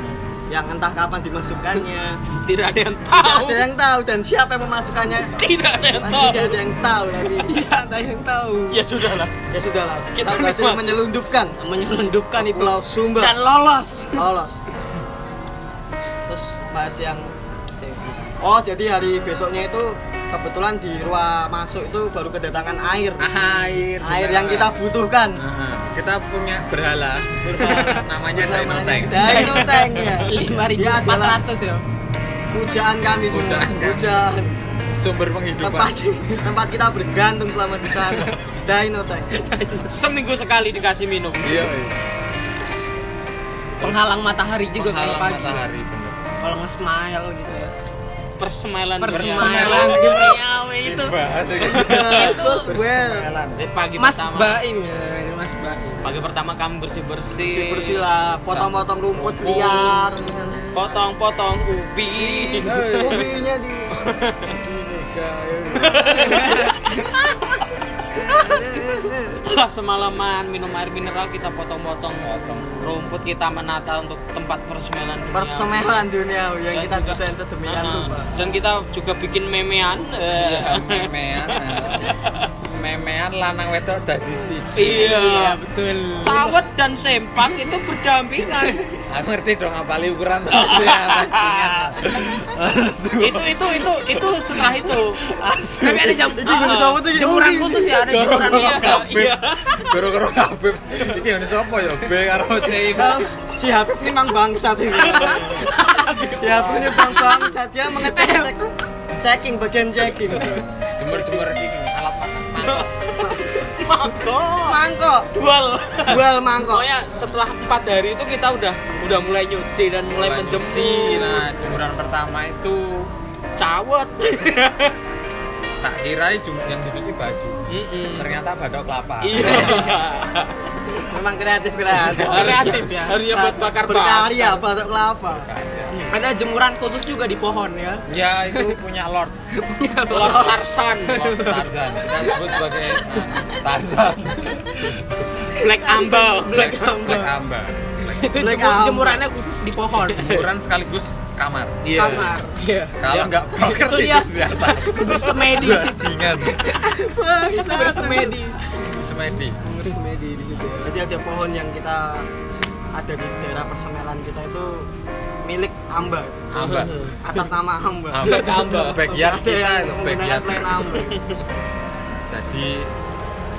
[SPEAKER 6] yang entah kapan dimasukkannya.
[SPEAKER 1] tidak ada yang
[SPEAKER 6] Tidak
[SPEAKER 1] tahu.
[SPEAKER 6] ada yang tahu dan siapa yang memasukkannya
[SPEAKER 1] Tidak ada yang tahu.
[SPEAKER 6] tidak ada yang tahu nanti.
[SPEAKER 3] Iya, ada yang tahu
[SPEAKER 1] Ya sudahlah.
[SPEAKER 6] Ya sudahlah. Kita
[SPEAKER 1] Kita
[SPEAKER 6] berhasil
[SPEAKER 1] nikmat.
[SPEAKER 6] menyelundupkan
[SPEAKER 3] menyelundupkan itu
[SPEAKER 6] Pulau Sumba
[SPEAKER 3] dan lolos
[SPEAKER 6] lolos. Terus bahas yang Oh, jadi hari besoknya itu kebetulan di ruang masuk itu baru kedatangan air.
[SPEAKER 2] Ah, Air ya.
[SPEAKER 6] Air yang kita butuhkan.
[SPEAKER 2] Aha, kita punya berhala namanya Dino
[SPEAKER 6] Namanya
[SPEAKER 2] Tank
[SPEAKER 6] Dino Tank,
[SPEAKER 3] Iya,
[SPEAKER 6] ya.
[SPEAKER 3] lima ribu
[SPEAKER 6] Dia
[SPEAKER 3] empat
[SPEAKER 6] adalah
[SPEAKER 3] ratus ya
[SPEAKER 6] Pujaan kami semua.
[SPEAKER 2] Pujaan kami.
[SPEAKER 6] Pujaan.
[SPEAKER 2] sumber penghidupan
[SPEAKER 6] Tempat tempat kita bergantung selama di sana. Dino Tank.
[SPEAKER 1] Seminggu sekali dikasih minum.
[SPEAKER 2] iya iya.
[SPEAKER 3] penghalang matahari juga kalau
[SPEAKER 2] Penghalang
[SPEAKER 3] pagi
[SPEAKER 2] matahari bener
[SPEAKER 3] kalau nge-smile gitu ya
[SPEAKER 1] Persemalan
[SPEAKER 3] persmile duniawi itu
[SPEAKER 2] Dibahas ya. lagi.
[SPEAKER 6] Yes, Bos, well.
[SPEAKER 1] Dari Eh, pagi
[SPEAKER 3] Mas
[SPEAKER 1] pertama.
[SPEAKER 3] Baim ya ini Mas Baim
[SPEAKER 1] Pagi pertama kamu bersih-bersih.
[SPEAKER 6] Bersih-bersih lah, potong-potong rumput liar.
[SPEAKER 1] Potong-potong ubi.
[SPEAKER 2] Iya. ya.
[SPEAKER 6] Mobilnya di
[SPEAKER 2] Ini, guys.
[SPEAKER 1] setelah semalaman minum air mineral kita potong-potong
[SPEAKER 2] Potong.
[SPEAKER 1] rumput kita menata untuk tempat persemelan dunia.
[SPEAKER 6] persemelan dunia yang
[SPEAKER 1] Dan
[SPEAKER 6] kita
[SPEAKER 1] juga-
[SPEAKER 6] desain sedemikian
[SPEAKER 1] Ah,
[SPEAKER 6] rupa
[SPEAKER 1] dan kita juga bikin memean eh.
[SPEAKER 2] Iya, memean. nah. Memean lanang wedok dadi siji.
[SPEAKER 1] iya
[SPEAKER 2] betul.
[SPEAKER 1] cawet dan sempak itu berdampingan
[SPEAKER 2] Aku ngerti dong apali ukuran pasti ya pancingan.
[SPEAKER 1] itu itu itu itu setelah itu
[SPEAKER 3] Tapi ada jam
[SPEAKER 6] Iki guru sama tuh, iki
[SPEAKER 3] jemuran
[SPEAKER 6] guru.
[SPEAKER 3] khusus ya, ada jemuran
[SPEAKER 2] Goro-goro
[SPEAKER 3] ya.
[SPEAKER 2] kabeh.
[SPEAKER 1] Iya.
[SPEAKER 2] Goro-goro kabeh. Iki ngene sapa ya? B karo C.
[SPEAKER 6] Nah, si Habib ini mang bangsat ini si Habib ini bang bangsat dia mengecek cek checking bagian checking
[SPEAKER 2] Jemur-jemur iki alat makan.
[SPEAKER 6] mangkok
[SPEAKER 1] dual
[SPEAKER 6] duel mangkok
[SPEAKER 1] pokoknya setelah empat hari itu kita udah udah mulai nyuci dan mulai menjemur
[SPEAKER 2] Nah, jemuran pertama itu
[SPEAKER 1] cawet
[SPEAKER 2] tak kira jum- yang dicuci baju.
[SPEAKER 1] Mm-mm.
[SPEAKER 2] Ternyata badok kelapa.
[SPEAKER 1] iya
[SPEAKER 6] memang kreatif kreatif Nah,
[SPEAKER 1] kreatif ya harusnya buat bakar bakar
[SPEAKER 6] berkarya batok kelapa
[SPEAKER 3] Ada jemuran khusus juga di pohon ya.
[SPEAKER 2] Ya itu punya Lord.
[SPEAKER 1] Lord Tarzan
[SPEAKER 2] Lord Tarzan. Kita sebut sebagai eh, Tarzan.
[SPEAKER 1] Black Ambal
[SPEAKER 2] Black Black Amba. Black-
[SPEAKER 3] Itu
[SPEAKER 6] Black
[SPEAKER 3] jemur-
[SPEAKER 6] Amber.
[SPEAKER 3] jemurannya khusus di pohon.
[SPEAKER 2] Jemuran sekaligus kamar.
[SPEAKER 3] Kamar.
[SPEAKER 2] Kalau nggak ya proker
[SPEAKER 3] Itu
[SPEAKER 2] tidur
[SPEAKER 3] dia.
[SPEAKER 2] di atas.
[SPEAKER 3] Bersemedi.
[SPEAKER 2] Bajingan.
[SPEAKER 3] Bersemedi.
[SPEAKER 2] Semedi.
[SPEAKER 6] jadi ada pohon yang kita ada di daerah persemelan kita itu milik Amba
[SPEAKER 2] Amba.
[SPEAKER 6] atas nama Amba
[SPEAKER 2] Amba.
[SPEAKER 1] Amba.
[SPEAKER 2] Backyard
[SPEAKER 6] Ada
[SPEAKER 2] kita
[SPEAKER 6] yang
[SPEAKER 2] itu
[SPEAKER 6] menggunakan
[SPEAKER 2] backyard.
[SPEAKER 6] selain Amba
[SPEAKER 2] Jadi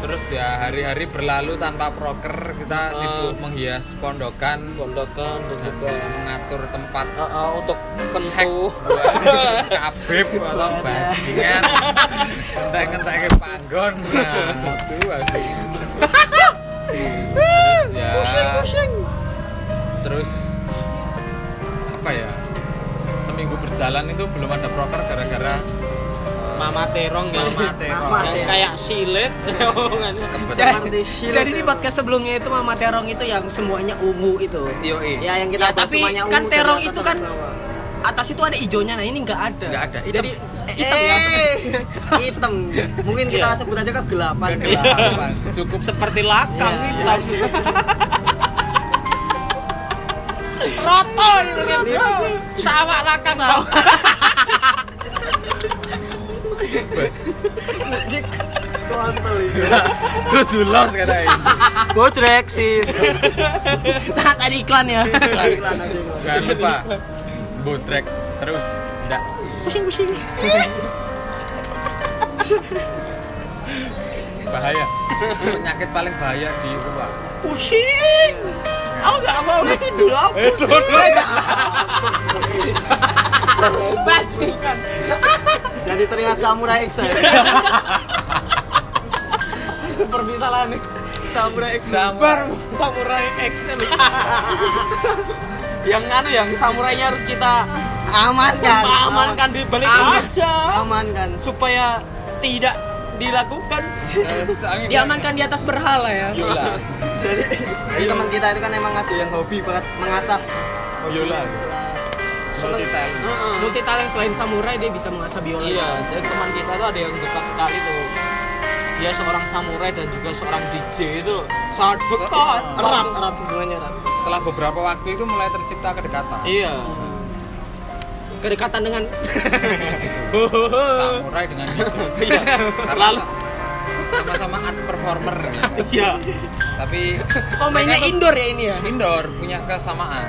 [SPEAKER 2] terus ya hari-hari berlalu tanpa proker kita
[SPEAKER 1] Ah.
[SPEAKER 2] sibuk menghias pondokan
[SPEAKER 1] gondokan dan
[SPEAKER 2] dan mengatur tempat
[SPEAKER 1] Uh, uh, untuk
[SPEAKER 2] Sek
[SPEAKER 1] kentu
[SPEAKER 2] buat kabib atau bajingan entek entek ke panggon nah asu asu terus ya terus apa ya seminggu berjalan itu belum ada proker gara-gara eh,
[SPEAKER 1] mama terong ya
[SPEAKER 2] mama terong
[SPEAKER 6] Mama
[SPEAKER 1] yang
[SPEAKER 6] terong.
[SPEAKER 1] kayak silet Ya, oh, omongannya.
[SPEAKER 2] kebetulan
[SPEAKER 3] Jadi,
[SPEAKER 6] Seperti silet.
[SPEAKER 3] jadi di podcast sebelumnya itu Mama Terong itu yang semuanya ungu itu.
[SPEAKER 2] TOE
[SPEAKER 6] ya yang kita
[SPEAKER 3] Ya,
[SPEAKER 6] bahas
[SPEAKER 3] tapi
[SPEAKER 6] semuanya
[SPEAKER 3] kan
[SPEAKER 6] ungu,
[SPEAKER 3] terong
[SPEAKER 6] dari atas
[SPEAKER 3] itu
[SPEAKER 6] sampai
[SPEAKER 3] kan-
[SPEAKER 6] bawah.
[SPEAKER 3] Atas itu ada ijonya, nah ini nggak ada.
[SPEAKER 2] nggak ada
[SPEAKER 3] Jadi
[SPEAKER 2] jadi
[SPEAKER 3] eh, hitam ya.
[SPEAKER 6] hitam mungkin kita
[SPEAKER 1] Iya.
[SPEAKER 6] sebut aja kegelapan
[SPEAKER 2] kegelapan cukup
[SPEAKER 1] seperti lakang
[SPEAKER 6] Iya.
[SPEAKER 1] hitam roto gitu kan sawah lakang tau
[SPEAKER 6] Kontol ini.
[SPEAKER 2] lu dulos kata ini
[SPEAKER 6] bodrek sih
[SPEAKER 3] Nah, tadi iklan ya.
[SPEAKER 6] Iklan aja.
[SPEAKER 2] jangan lupa botrek terus tidak
[SPEAKER 3] Pusing-pusing.
[SPEAKER 2] bahaya penyakit paling bahaya di rumah
[SPEAKER 1] pusing aku gak mau tidur aku
[SPEAKER 2] Eh,
[SPEAKER 1] pusing
[SPEAKER 3] Bajingan.
[SPEAKER 6] jadi teringat samurai X ya? saya
[SPEAKER 3] Super bisa lah nih.
[SPEAKER 6] samurai X
[SPEAKER 2] sabar
[SPEAKER 3] Samurai X.
[SPEAKER 1] yang anu yang samurainya harus kita
[SPEAKER 6] aman kan
[SPEAKER 1] amankan di balik
[SPEAKER 3] Aman.
[SPEAKER 1] aja
[SPEAKER 6] aman kan
[SPEAKER 1] supaya tidak dilakukan
[SPEAKER 2] Eh,
[SPEAKER 3] Diamankan di atas berhala ya.
[SPEAKER 2] Yola
[SPEAKER 6] jadi jadi teman kita itu kan emang ada yang hobi banget mengasah Hobi
[SPEAKER 2] Biola. multitail
[SPEAKER 1] Heeh.
[SPEAKER 3] Multi talent selain samurai dia bisa mengasah biola.
[SPEAKER 1] iya dari teman kita tuh ada yang dekat sekali tuh dia seorang samurai dan juga seorang DJ itu sangat dekat
[SPEAKER 6] erat erat hubungannya erat
[SPEAKER 2] setelah beberapa waktu itu mulai tercipta kedekatan
[SPEAKER 1] iya
[SPEAKER 3] Kedekatan dengan
[SPEAKER 2] samurai dengan DJ
[SPEAKER 1] iya
[SPEAKER 2] Karena
[SPEAKER 1] lalu
[SPEAKER 2] sama-sama art performer
[SPEAKER 1] iya
[SPEAKER 2] tapi
[SPEAKER 3] Oh mainnya
[SPEAKER 2] mereka
[SPEAKER 3] indoor ya ini ya.
[SPEAKER 2] tuh indoor punya kesamaan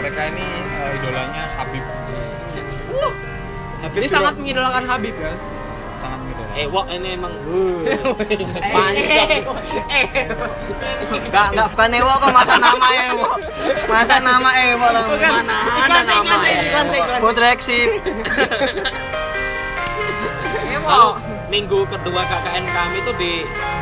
[SPEAKER 2] mereka ini eh, idolanya Habib
[SPEAKER 3] Ini sangat mengidolakan Habib ya.
[SPEAKER 2] sangat gitu
[SPEAKER 1] ewok ini emang
[SPEAKER 6] Oh.
[SPEAKER 1] wuh, panjang
[SPEAKER 6] Enggak, enggak bukan Ewo kok masa nama Ewo. Masa nama Ewo lah. Mana ada
[SPEAKER 3] Iklan saya, iklan saya,
[SPEAKER 6] nama Ewo.
[SPEAKER 3] iklan saya, iklan saya.
[SPEAKER 6] Bodreksi.
[SPEAKER 1] lalu minggu kedua KKN kami itu di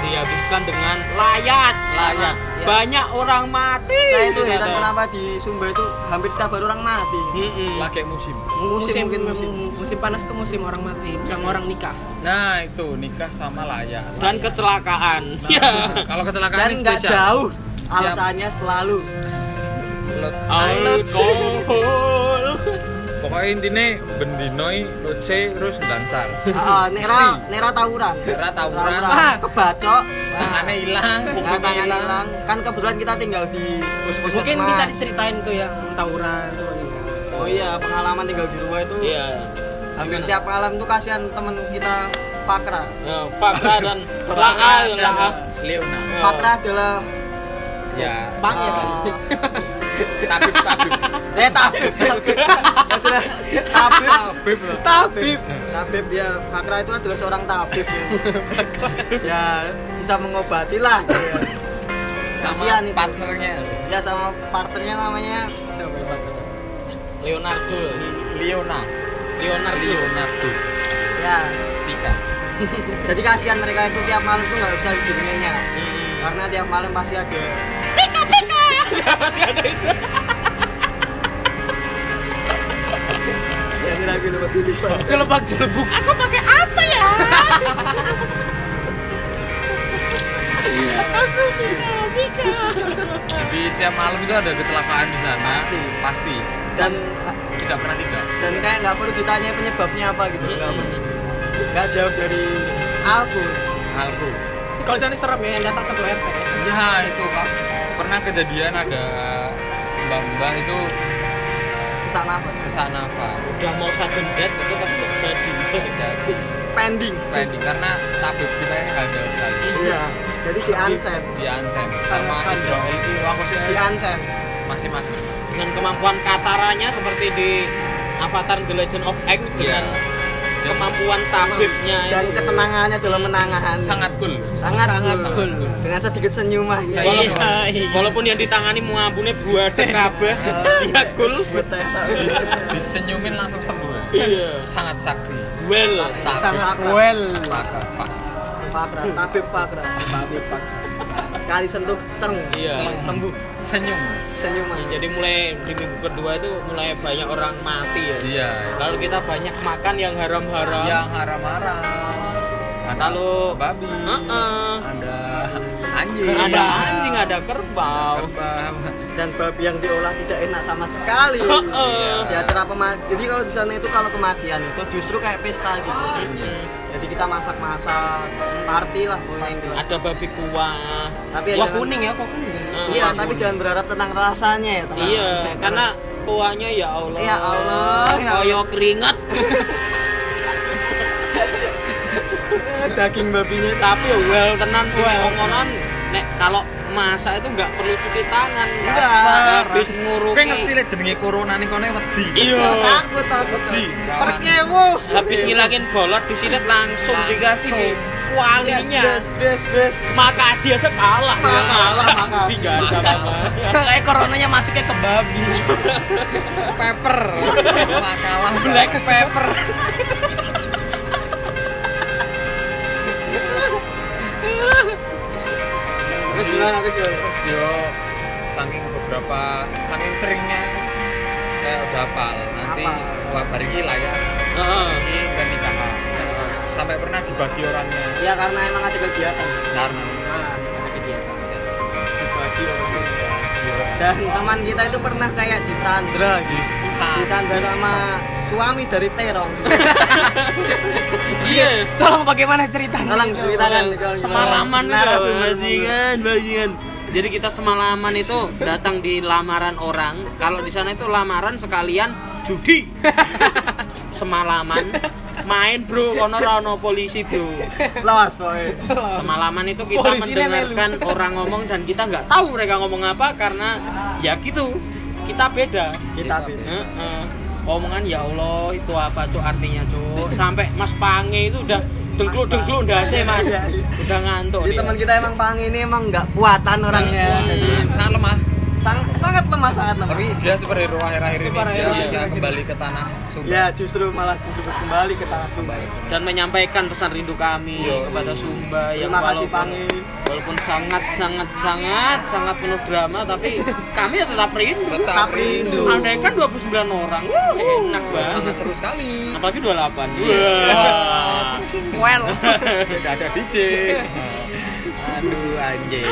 [SPEAKER 1] dihabiskan dengan layat
[SPEAKER 6] Ya.
[SPEAKER 2] Layat.
[SPEAKER 1] banyak orang mati
[SPEAKER 6] Iya. Saya Iya, itu
[SPEAKER 1] di sana.
[SPEAKER 6] heran kenapa di Sumba itu hampir setiap hari orang mati.
[SPEAKER 1] Mm-mm.
[SPEAKER 2] lagi musim
[SPEAKER 6] Hmm, Musim, mungkin musim.
[SPEAKER 3] musim panas tuh musim orang mati sama orang nikah
[SPEAKER 2] nah itu nikah sama layak
[SPEAKER 1] dan kecelakaan
[SPEAKER 6] Ah.
[SPEAKER 1] ya
[SPEAKER 2] Nah, kalau kecelakaan
[SPEAKER 6] Dan
[SPEAKER 2] ini
[SPEAKER 6] enggak
[SPEAKER 2] spesial.
[SPEAKER 6] jauh. Alasannya selalu
[SPEAKER 2] Let's-
[SPEAKER 1] alkohol
[SPEAKER 2] pokoknya intinya bendinoi loce terus dansar
[SPEAKER 6] Heeh, Ah, Nera Nera tawuran.
[SPEAKER 2] Nera tawuran.
[SPEAKER 6] Ah, kebacok.
[SPEAKER 2] tangannya hilang
[SPEAKER 6] Nah, tangan hilang. Kan kebetulan kita tinggal di
[SPEAKER 2] Puskesmas.
[SPEAKER 3] Mungkin bisa
[SPEAKER 6] puskesmas.
[SPEAKER 3] diceritain tuh yang tawuran tuh gitu. bagaimana.
[SPEAKER 6] Oh iya, pengalaman tinggal di rumah itu
[SPEAKER 1] Iya.
[SPEAKER 6] hampir tiap malam tuh kasihan temen kita Fakra.
[SPEAKER 1] Nah, Fakra dan Laa,
[SPEAKER 2] Laa,
[SPEAKER 1] Laa.
[SPEAKER 2] Leona
[SPEAKER 1] Iya.
[SPEAKER 6] Fakra adalah
[SPEAKER 2] ya
[SPEAKER 3] Panggil kan.
[SPEAKER 6] eh,
[SPEAKER 2] tabib tabib
[SPEAKER 6] eh tabib tabib Adalah tabib
[SPEAKER 2] tabib loh.
[SPEAKER 6] tabib tabib ya Fakra itu adalah seorang tabib ya, ya bisa mengobati lah ya.
[SPEAKER 2] sama
[SPEAKER 6] Kasihan itu.
[SPEAKER 2] partnernya
[SPEAKER 6] ya sama partnernya namanya
[SPEAKER 3] Siapa yang pakai?
[SPEAKER 1] Leonardo.
[SPEAKER 2] Leona
[SPEAKER 1] Leonardo.
[SPEAKER 2] Leonardo
[SPEAKER 6] ya
[SPEAKER 2] Tika
[SPEAKER 6] jadi kasihan mereka itu tiap malam tuh nggak bisa tidurnya
[SPEAKER 1] Hmm.
[SPEAKER 6] karena tiap malam pasti ada
[SPEAKER 1] Masih ada itu.
[SPEAKER 6] jadi lagi lu pasti lupa
[SPEAKER 1] Jelebak jelebuk.
[SPEAKER 5] Aku pakai apa ya? Aku Mika, Mika.
[SPEAKER 2] jadi setiap malam itu ada kecelakaan di sana
[SPEAKER 6] Pasti.
[SPEAKER 2] pasti
[SPEAKER 6] dan
[SPEAKER 2] tidak pernah tidak
[SPEAKER 6] dan kayak nggak perlu ditanya penyebabnya apa gitu nggak
[SPEAKER 2] Hmm.
[SPEAKER 6] perlu. nggak jauh dari alkohol
[SPEAKER 2] alkohol
[SPEAKER 3] Kalau di sana serem ya yang datang satu RT.
[SPEAKER 2] ya itu Kak. pernah kejadian ada mbak-mbak itu
[SPEAKER 6] sesak nafas
[SPEAKER 2] sesak nafas
[SPEAKER 1] Udah mau sudden death itu tapi nggak jadi.
[SPEAKER 2] jadi
[SPEAKER 6] pending
[SPEAKER 2] pending karena tabib kita ini handal sekali
[SPEAKER 6] iya jadi di ansen
[SPEAKER 2] di Ansen sama
[SPEAKER 3] Sama
[SPEAKER 2] Israel itu aku sih
[SPEAKER 6] di ansen
[SPEAKER 2] masih masih
[SPEAKER 1] Dengan kemampuan kataranya seperti di Avatar The Legend of Aang dengan kemampuan tabibnya
[SPEAKER 6] dan
[SPEAKER 1] itu.
[SPEAKER 6] ketenangannya dalam menangahan
[SPEAKER 2] sangat cool
[SPEAKER 6] sangat,
[SPEAKER 3] Sangat
[SPEAKER 6] cool.
[SPEAKER 3] cool.
[SPEAKER 6] dengan sedikit senyumannya
[SPEAKER 2] Saya-
[SPEAKER 1] Walaupun, walaupun yang ditangani muabune buade kabeh. Iya, cool.
[SPEAKER 6] buat teh tak.
[SPEAKER 2] disenyumin langsung sembuh
[SPEAKER 1] Iya.
[SPEAKER 2] sangat sakti
[SPEAKER 1] Well.
[SPEAKER 6] Sangat
[SPEAKER 3] Sangat well.
[SPEAKER 2] Pak, Pak.
[SPEAKER 6] Fakra, tabib Fakra.
[SPEAKER 3] Babi pak.
[SPEAKER 6] Sekali sentuh, cereng.
[SPEAKER 1] Iya.
[SPEAKER 6] Cereng, sembuh.
[SPEAKER 2] senyum
[SPEAKER 6] Senyuman.
[SPEAKER 1] Jadi mulai di minggu kedua itu mulai banyak orang mati ya.
[SPEAKER 2] iya
[SPEAKER 1] Lalu kita banyak makan yang haram-haram.
[SPEAKER 2] yang haram-haram ada
[SPEAKER 1] Lalu
[SPEAKER 2] babi
[SPEAKER 1] Heeh.
[SPEAKER 2] ada anjing
[SPEAKER 1] Ada anjing, ada kerbau.
[SPEAKER 2] kerbau
[SPEAKER 6] Dan babi yang diolah tidak enak sama sekali.
[SPEAKER 1] Heeh.
[SPEAKER 6] Di acara pema- Jadi kalau di sana itu kalau kematian itu justru kayak pesta gitu.
[SPEAKER 2] Iya.
[SPEAKER 1] Mm-mm.
[SPEAKER 6] Jadi kita masak-masak, party lah pokoknya yang jelas.
[SPEAKER 1] Ada babi kuah.
[SPEAKER 6] Tapi
[SPEAKER 3] Wah
[SPEAKER 6] jangan-
[SPEAKER 3] kuning ya, kok kuning.
[SPEAKER 1] Eh,
[SPEAKER 6] Iya, tapi jangan berharap tentang rasanya ya, teman.
[SPEAKER 1] Iya,
[SPEAKER 6] Saya-
[SPEAKER 1] karena kuahnya ya Allah.
[SPEAKER 6] Ya Allah, ya Allah.
[SPEAKER 1] Koyo keringet,
[SPEAKER 6] daging babinya itu
[SPEAKER 1] tapi ya well tenan sih
[SPEAKER 3] Well.
[SPEAKER 1] omongan. Nek kalau masak itu nggak perlu cuci tangan.
[SPEAKER 6] Enggak.
[SPEAKER 1] Habis
[SPEAKER 2] Kowe ngerti
[SPEAKER 1] nguruki.
[SPEAKER 2] lek jenenge corona ning kono wedi
[SPEAKER 1] Iya.
[SPEAKER 6] takut takut.
[SPEAKER 2] Di, kawan.
[SPEAKER 6] Perkewo.
[SPEAKER 1] Habis ngilangin bolot disilet langsung
[SPEAKER 2] Langsung.
[SPEAKER 1] dikasih di
[SPEAKER 6] Yes,
[SPEAKER 1] kualinya.
[SPEAKER 6] yes, yes, yes.
[SPEAKER 1] Makasih aja kalah.
[SPEAKER 6] Makalah, makalah.
[SPEAKER 1] Sih nggak ada apa-apa.
[SPEAKER 3] Kayak coronanya
[SPEAKER 1] Ya
[SPEAKER 3] masuknya ke babi.
[SPEAKER 2] pepper makalah
[SPEAKER 1] Black pepper.
[SPEAKER 6] Terus gimana, terus gimana?
[SPEAKER 2] terus yo saking beberapa saking seringnya kayak udah hafal nanti
[SPEAKER 6] Hafal.
[SPEAKER 2] kabar ini lah ya ini ke nikahan sampai pernah dibagi orangnya
[SPEAKER 6] Ya karena emang ada kegiatan.
[SPEAKER 2] karena
[SPEAKER 3] Ada kegiatan.
[SPEAKER 6] dibagi orang dan teman kita itu pernah kayak disandra gitu
[SPEAKER 2] Disa-
[SPEAKER 6] disandra sama suami dari terong
[SPEAKER 1] Iya.
[SPEAKER 3] Tolong bagaimana ceritanya?
[SPEAKER 6] tolong ceritakan
[SPEAKER 1] semalaman itu
[SPEAKER 6] narasumber
[SPEAKER 1] bajingan bajingan jadi kita semalaman itu datang di lamaran orang kalau di sana itu lamaran sekalian judi semalaman main bro kono ra ono polisi bro
[SPEAKER 6] lawas pokoknya
[SPEAKER 1] semalaman itu kita
[SPEAKER 3] Polisinya
[SPEAKER 1] mendengarkan orang ngomong dan kita nggak tahu mereka ngomong apa karena ya gitu kita beda
[SPEAKER 6] kita beda
[SPEAKER 1] Heeh. Omongan ya Allah itu apa cuk artinya cuk sampai Mas Pange itu udah dengkluk dengkluk ndase Mas
[SPEAKER 6] Iya, iya.
[SPEAKER 1] udah ngantuk
[SPEAKER 6] jadi
[SPEAKER 1] dia.
[SPEAKER 6] teman kita emang pang ini emang nggak kuatan orangnya
[SPEAKER 2] Jadi
[SPEAKER 6] jadi
[SPEAKER 2] sangat lemah
[SPEAKER 1] ah."
[SPEAKER 6] sang- sangat lemah sangat lemah
[SPEAKER 2] tapi dia superhero akhir-akhir ini
[SPEAKER 6] Superhero.
[SPEAKER 2] dia bisa kembali ke tanah sumber
[SPEAKER 6] ya justru malah justru kembali ke tanah sumber
[SPEAKER 1] dan menyampaikan pesan rindu kami
[SPEAKER 2] Iya.
[SPEAKER 1] kepada Sumba yang
[SPEAKER 6] terima kasih
[SPEAKER 1] walaupun,
[SPEAKER 6] pangi
[SPEAKER 1] walaupun sangat sangat sangat sangat penuh drama tapi kami ya tetap rindu
[SPEAKER 2] tetap
[SPEAKER 6] Tetap
[SPEAKER 2] rindu
[SPEAKER 6] rindu.
[SPEAKER 1] andai kan 29 orang Wuh, enak banget
[SPEAKER 2] sangat seru sekali
[SPEAKER 1] apalagi 28
[SPEAKER 2] Wah.
[SPEAKER 1] Wah.
[SPEAKER 3] Well.
[SPEAKER 2] tidak ada DJ aduh anjing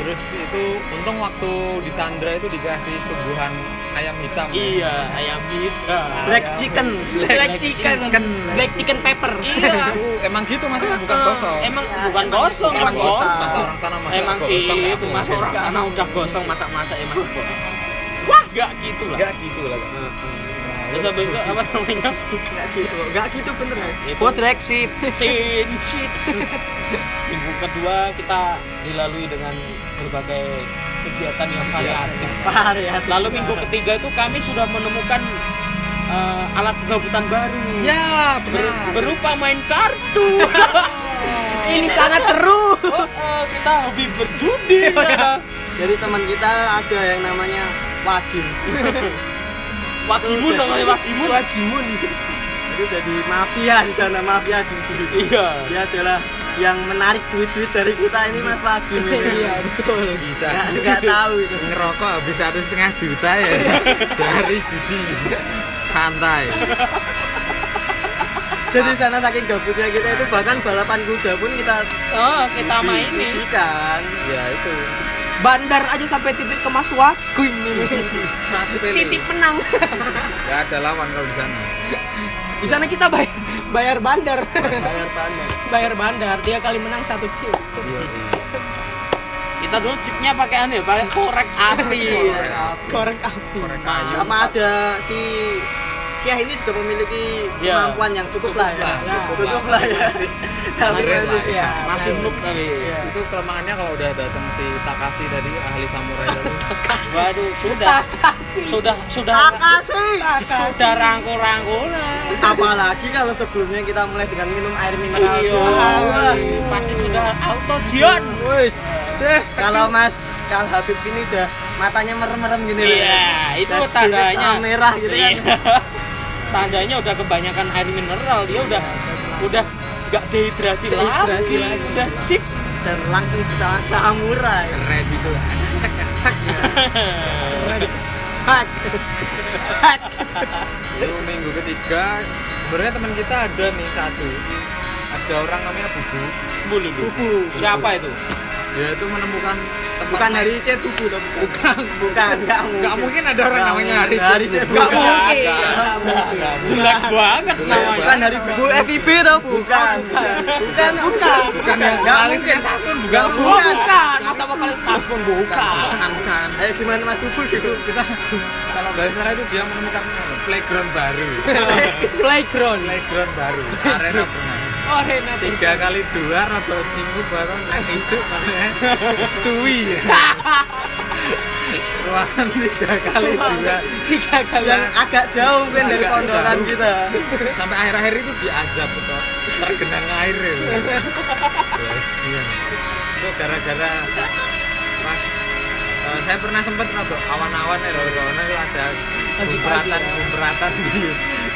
[SPEAKER 1] terus
[SPEAKER 2] itu untung waktu di Sandra itu dikasih suguhan ayam hitam ya.
[SPEAKER 1] iya ayam hitam
[SPEAKER 6] Black chicken.
[SPEAKER 3] Black chicken. Black chicken pepper.
[SPEAKER 1] iya
[SPEAKER 2] emang gitu mas bukan kosong
[SPEAKER 1] emang
[SPEAKER 6] Ya,
[SPEAKER 1] bukan
[SPEAKER 6] emang
[SPEAKER 1] gosong
[SPEAKER 6] emang
[SPEAKER 1] emang
[SPEAKER 6] gosong.
[SPEAKER 2] masa
[SPEAKER 1] gosong
[SPEAKER 2] orang sana masa
[SPEAKER 1] emang
[SPEAKER 2] gosong
[SPEAKER 1] gitu
[SPEAKER 2] aku
[SPEAKER 1] mas
[SPEAKER 2] mungkin.
[SPEAKER 1] orang sana udah gosong masak-masak emang gosong wah gak gitu lah
[SPEAKER 2] Nggak gitu lah
[SPEAKER 1] terus habis itu apa namanya
[SPEAKER 6] Enggak gitu. Enggak gitu bener ya.
[SPEAKER 1] Itu.
[SPEAKER 6] Botrek sip.
[SPEAKER 1] sin shit minggu kedua kita dilalui dengan berbagai kegiatan yang variatif
[SPEAKER 6] Variatif.
[SPEAKER 1] lalu minggu ketiga itu kami sudah menemukan eh, alat penggabutan baru
[SPEAKER 2] ya
[SPEAKER 1] Ber- berupa main kartu
[SPEAKER 6] Ini sangat seru.
[SPEAKER 1] Oh, oh, kita hobi berjudi ya.
[SPEAKER 6] Jadi teman kita ada yang namanya Wadim.
[SPEAKER 1] wakimun namanya wakimun
[SPEAKER 6] Wagimun. Itu jadi mafia di sana, mafia judi.
[SPEAKER 1] iya
[SPEAKER 6] Dia adalah yang menarik duit-duit dari kita ini Mas Wadim ini. Iya, betul.
[SPEAKER 2] bisa
[SPEAKER 6] Enggak enggak tahu itu.
[SPEAKER 2] ngerokok habis satu setengah juta ya dari judi santai
[SPEAKER 6] Jadi di sana saking gabutnya kita itu bahkan balapan kuda pun kita
[SPEAKER 1] oh kita mainin
[SPEAKER 6] judikan.
[SPEAKER 2] ya itu
[SPEAKER 3] Bandar aja sampai titik kemas waking ini.
[SPEAKER 2] satu pele
[SPEAKER 3] titik penang.
[SPEAKER 2] nggak ada lawan kalau di sana
[SPEAKER 3] Di sana kita bayar bayar bandar.
[SPEAKER 6] Bayar panen.
[SPEAKER 3] bayar bandar. Dia kali menang satu chip.
[SPEAKER 2] Iya,
[SPEAKER 1] kita dulu chipnya pakai aneh pakai korek api
[SPEAKER 3] Korek api.
[SPEAKER 1] Iya.
[SPEAKER 2] korek kayu
[SPEAKER 6] Iya. sama ada si Syah ini sudah memiliki
[SPEAKER 1] Ya.
[SPEAKER 6] kemampuan yang cukup, lah ya.
[SPEAKER 2] lah,
[SPEAKER 6] Cukup,
[SPEAKER 2] cukup
[SPEAKER 6] lah ya. Tapi
[SPEAKER 2] Keren lah
[SPEAKER 6] masih- Iya.
[SPEAKER 2] ya.
[SPEAKER 1] masih noob kali
[SPEAKER 2] itu kelemahannya kalau udah datang si Takashi tadi ahli samurai tadi
[SPEAKER 1] waduh sudah
[SPEAKER 3] Takasi.
[SPEAKER 1] sudah sudah
[SPEAKER 6] Takasi.
[SPEAKER 1] sudah rangkul-rangkulan
[SPEAKER 6] Apalagi kalau sebelumnya kita mulai dengan minum air mineral.
[SPEAKER 1] Iya,
[SPEAKER 6] Wah.
[SPEAKER 1] pasti sudah auto jion.
[SPEAKER 2] wes
[SPEAKER 6] Kalau Mas Kang Habib ini udah matanya merem-merem gini loh ya.
[SPEAKER 1] Iya, itu
[SPEAKER 6] Udah sirip
[SPEAKER 1] tandanya
[SPEAKER 6] sama merah gitu kan.
[SPEAKER 1] Iya. Tandanya udah kebanyakan air mineral, dia udah udah nggak dehidrasi
[SPEAKER 6] Dehidrasi
[SPEAKER 1] lagi,
[SPEAKER 6] lagi.
[SPEAKER 1] udah sip.
[SPEAKER 6] Dan langsung bisa samurai.
[SPEAKER 2] keren gitu esek esek ya
[SPEAKER 6] Hak. Hak.
[SPEAKER 2] Lalu minggu ketiga sebenarnya teman kita ada nih satu ada orang namanya Bubu
[SPEAKER 1] Bulu dulu.
[SPEAKER 6] Bubu.
[SPEAKER 1] Siapa itu?
[SPEAKER 2] dia itu menemukan tempat
[SPEAKER 6] Bukan dari C bubu toh, bukan. Bukan, enggak mungkin.
[SPEAKER 2] Nggak mungkin ada orang
[SPEAKER 6] Nggak
[SPEAKER 2] namanya
[SPEAKER 6] mungkin.
[SPEAKER 2] Hari
[SPEAKER 6] Hari
[SPEAKER 2] C
[SPEAKER 6] C
[SPEAKER 2] bubu.
[SPEAKER 6] bubu.
[SPEAKER 2] Nggak
[SPEAKER 1] mungkin.
[SPEAKER 6] Nggak mungkin.
[SPEAKER 1] Jelek banget namanya.
[SPEAKER 6] Bukan eh, dari buku FIB toh, bukan. Bukan, bukan.
[SPEAKER 2] bukan yang
[SPEAKER 6] Nggak mungkin.
[SPEAKER 2] vokalisnya Saspun bukan
[SPEAKER 6] Nggak
[SPEAKER 1] Oh,
[SPEAKER 6] bukan.
[SPEAKER 1] bukan, masa bakal khas pun bukan.
[SPEAKER 2] bukan bukan
[SPEAKER 6] Ayo gimana Mas Bubu gitu?
[SPEAKER 2] kita kalau nggak salah itu dia menemukan playground baru
[SPEAKER 3] Playground.
[SPEAKER 2] playground baru arena bermain
[SPEAKER 3] Oh, Rena.
[SPEAKER 2] tiga kali dua rada singgup bareng nang isu namanya suwi ruangan tiga kali dua
[SPEAKER 6] Tiga kali yang agak jauh kan dari
[SPEAKER 2] Agak
[SPEAKER 6] pondokan
[SPEAKER 2] jauh.
[SPEAKER 6] kita.
[SPEAKER 2] sampai akhir-akhir itu diazab betul tergenang air ya Lejian. itu gara-gara pas eh, saya pernah sempat rada awan-awan ya rada awan itu ada kumperatan kumperatan di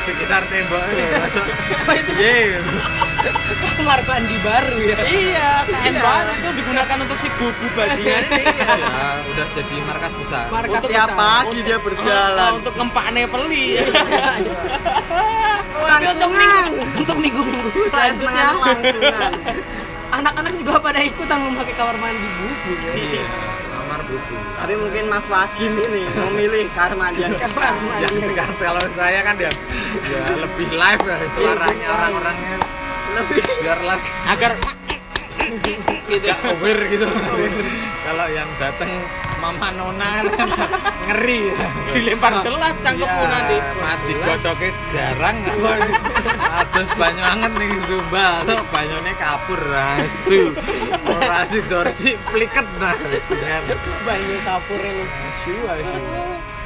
[SPEAKER 2] sekitar tembok ya Iya.
[SPEAKER 3] Kamar mandi baru ya.
[SPEAKER 1] Iya, KM banget itu digunakan untuk si bubu bajingan ini.
[SPEAKER 2] Ya, udah jadi markas besar
[SPEAKER 3] Markas
[SPEAKER 6] Setiap pagi dia berjalan.
[SPEAKER 1] Untuk ngempakne peli. Gitu.
[SPEAKER 3] Tapi untuk minggu untuk minggu-minggu selanjutnya
[SPEAKER 6] Langsungan, langsungan.
[SPEAKER 3] anak-anak juga pada ikutan memakai kamar mandi bubu ya.
[SPEAKER 2] iya kamar buku
[SPEAKER 6] Tapi mungkin Mas Wagim ini memilih karmandian
[SPEAKER 3] Kamar
[SPEAKER 2] ya
[SPEAKER 3] mandi.
[SPEAKER 2] kan kalau saya kan ya, ya lebih live ya suaranya orang-orangnya
[SPEAKER 6] lebih
[SPEAKER 2] biar lagi
[SPEAKER 1] Agar gitu.
[SPEAKER 2] nggak aware gitu kalau yang datang mama nona kan ngeri ya
[SPEAKER 1] dilempar gelas cangkemmu nanti
[SPEAKER 2] Iya. mati godoknya jarang apa terus banyak banget nih Zumba tuh banyaknya kapur rasu orasi dorsi pliket nah jangan
[SPEAKER 1] banyu kapur lu
[SPEAKER 2] asu asu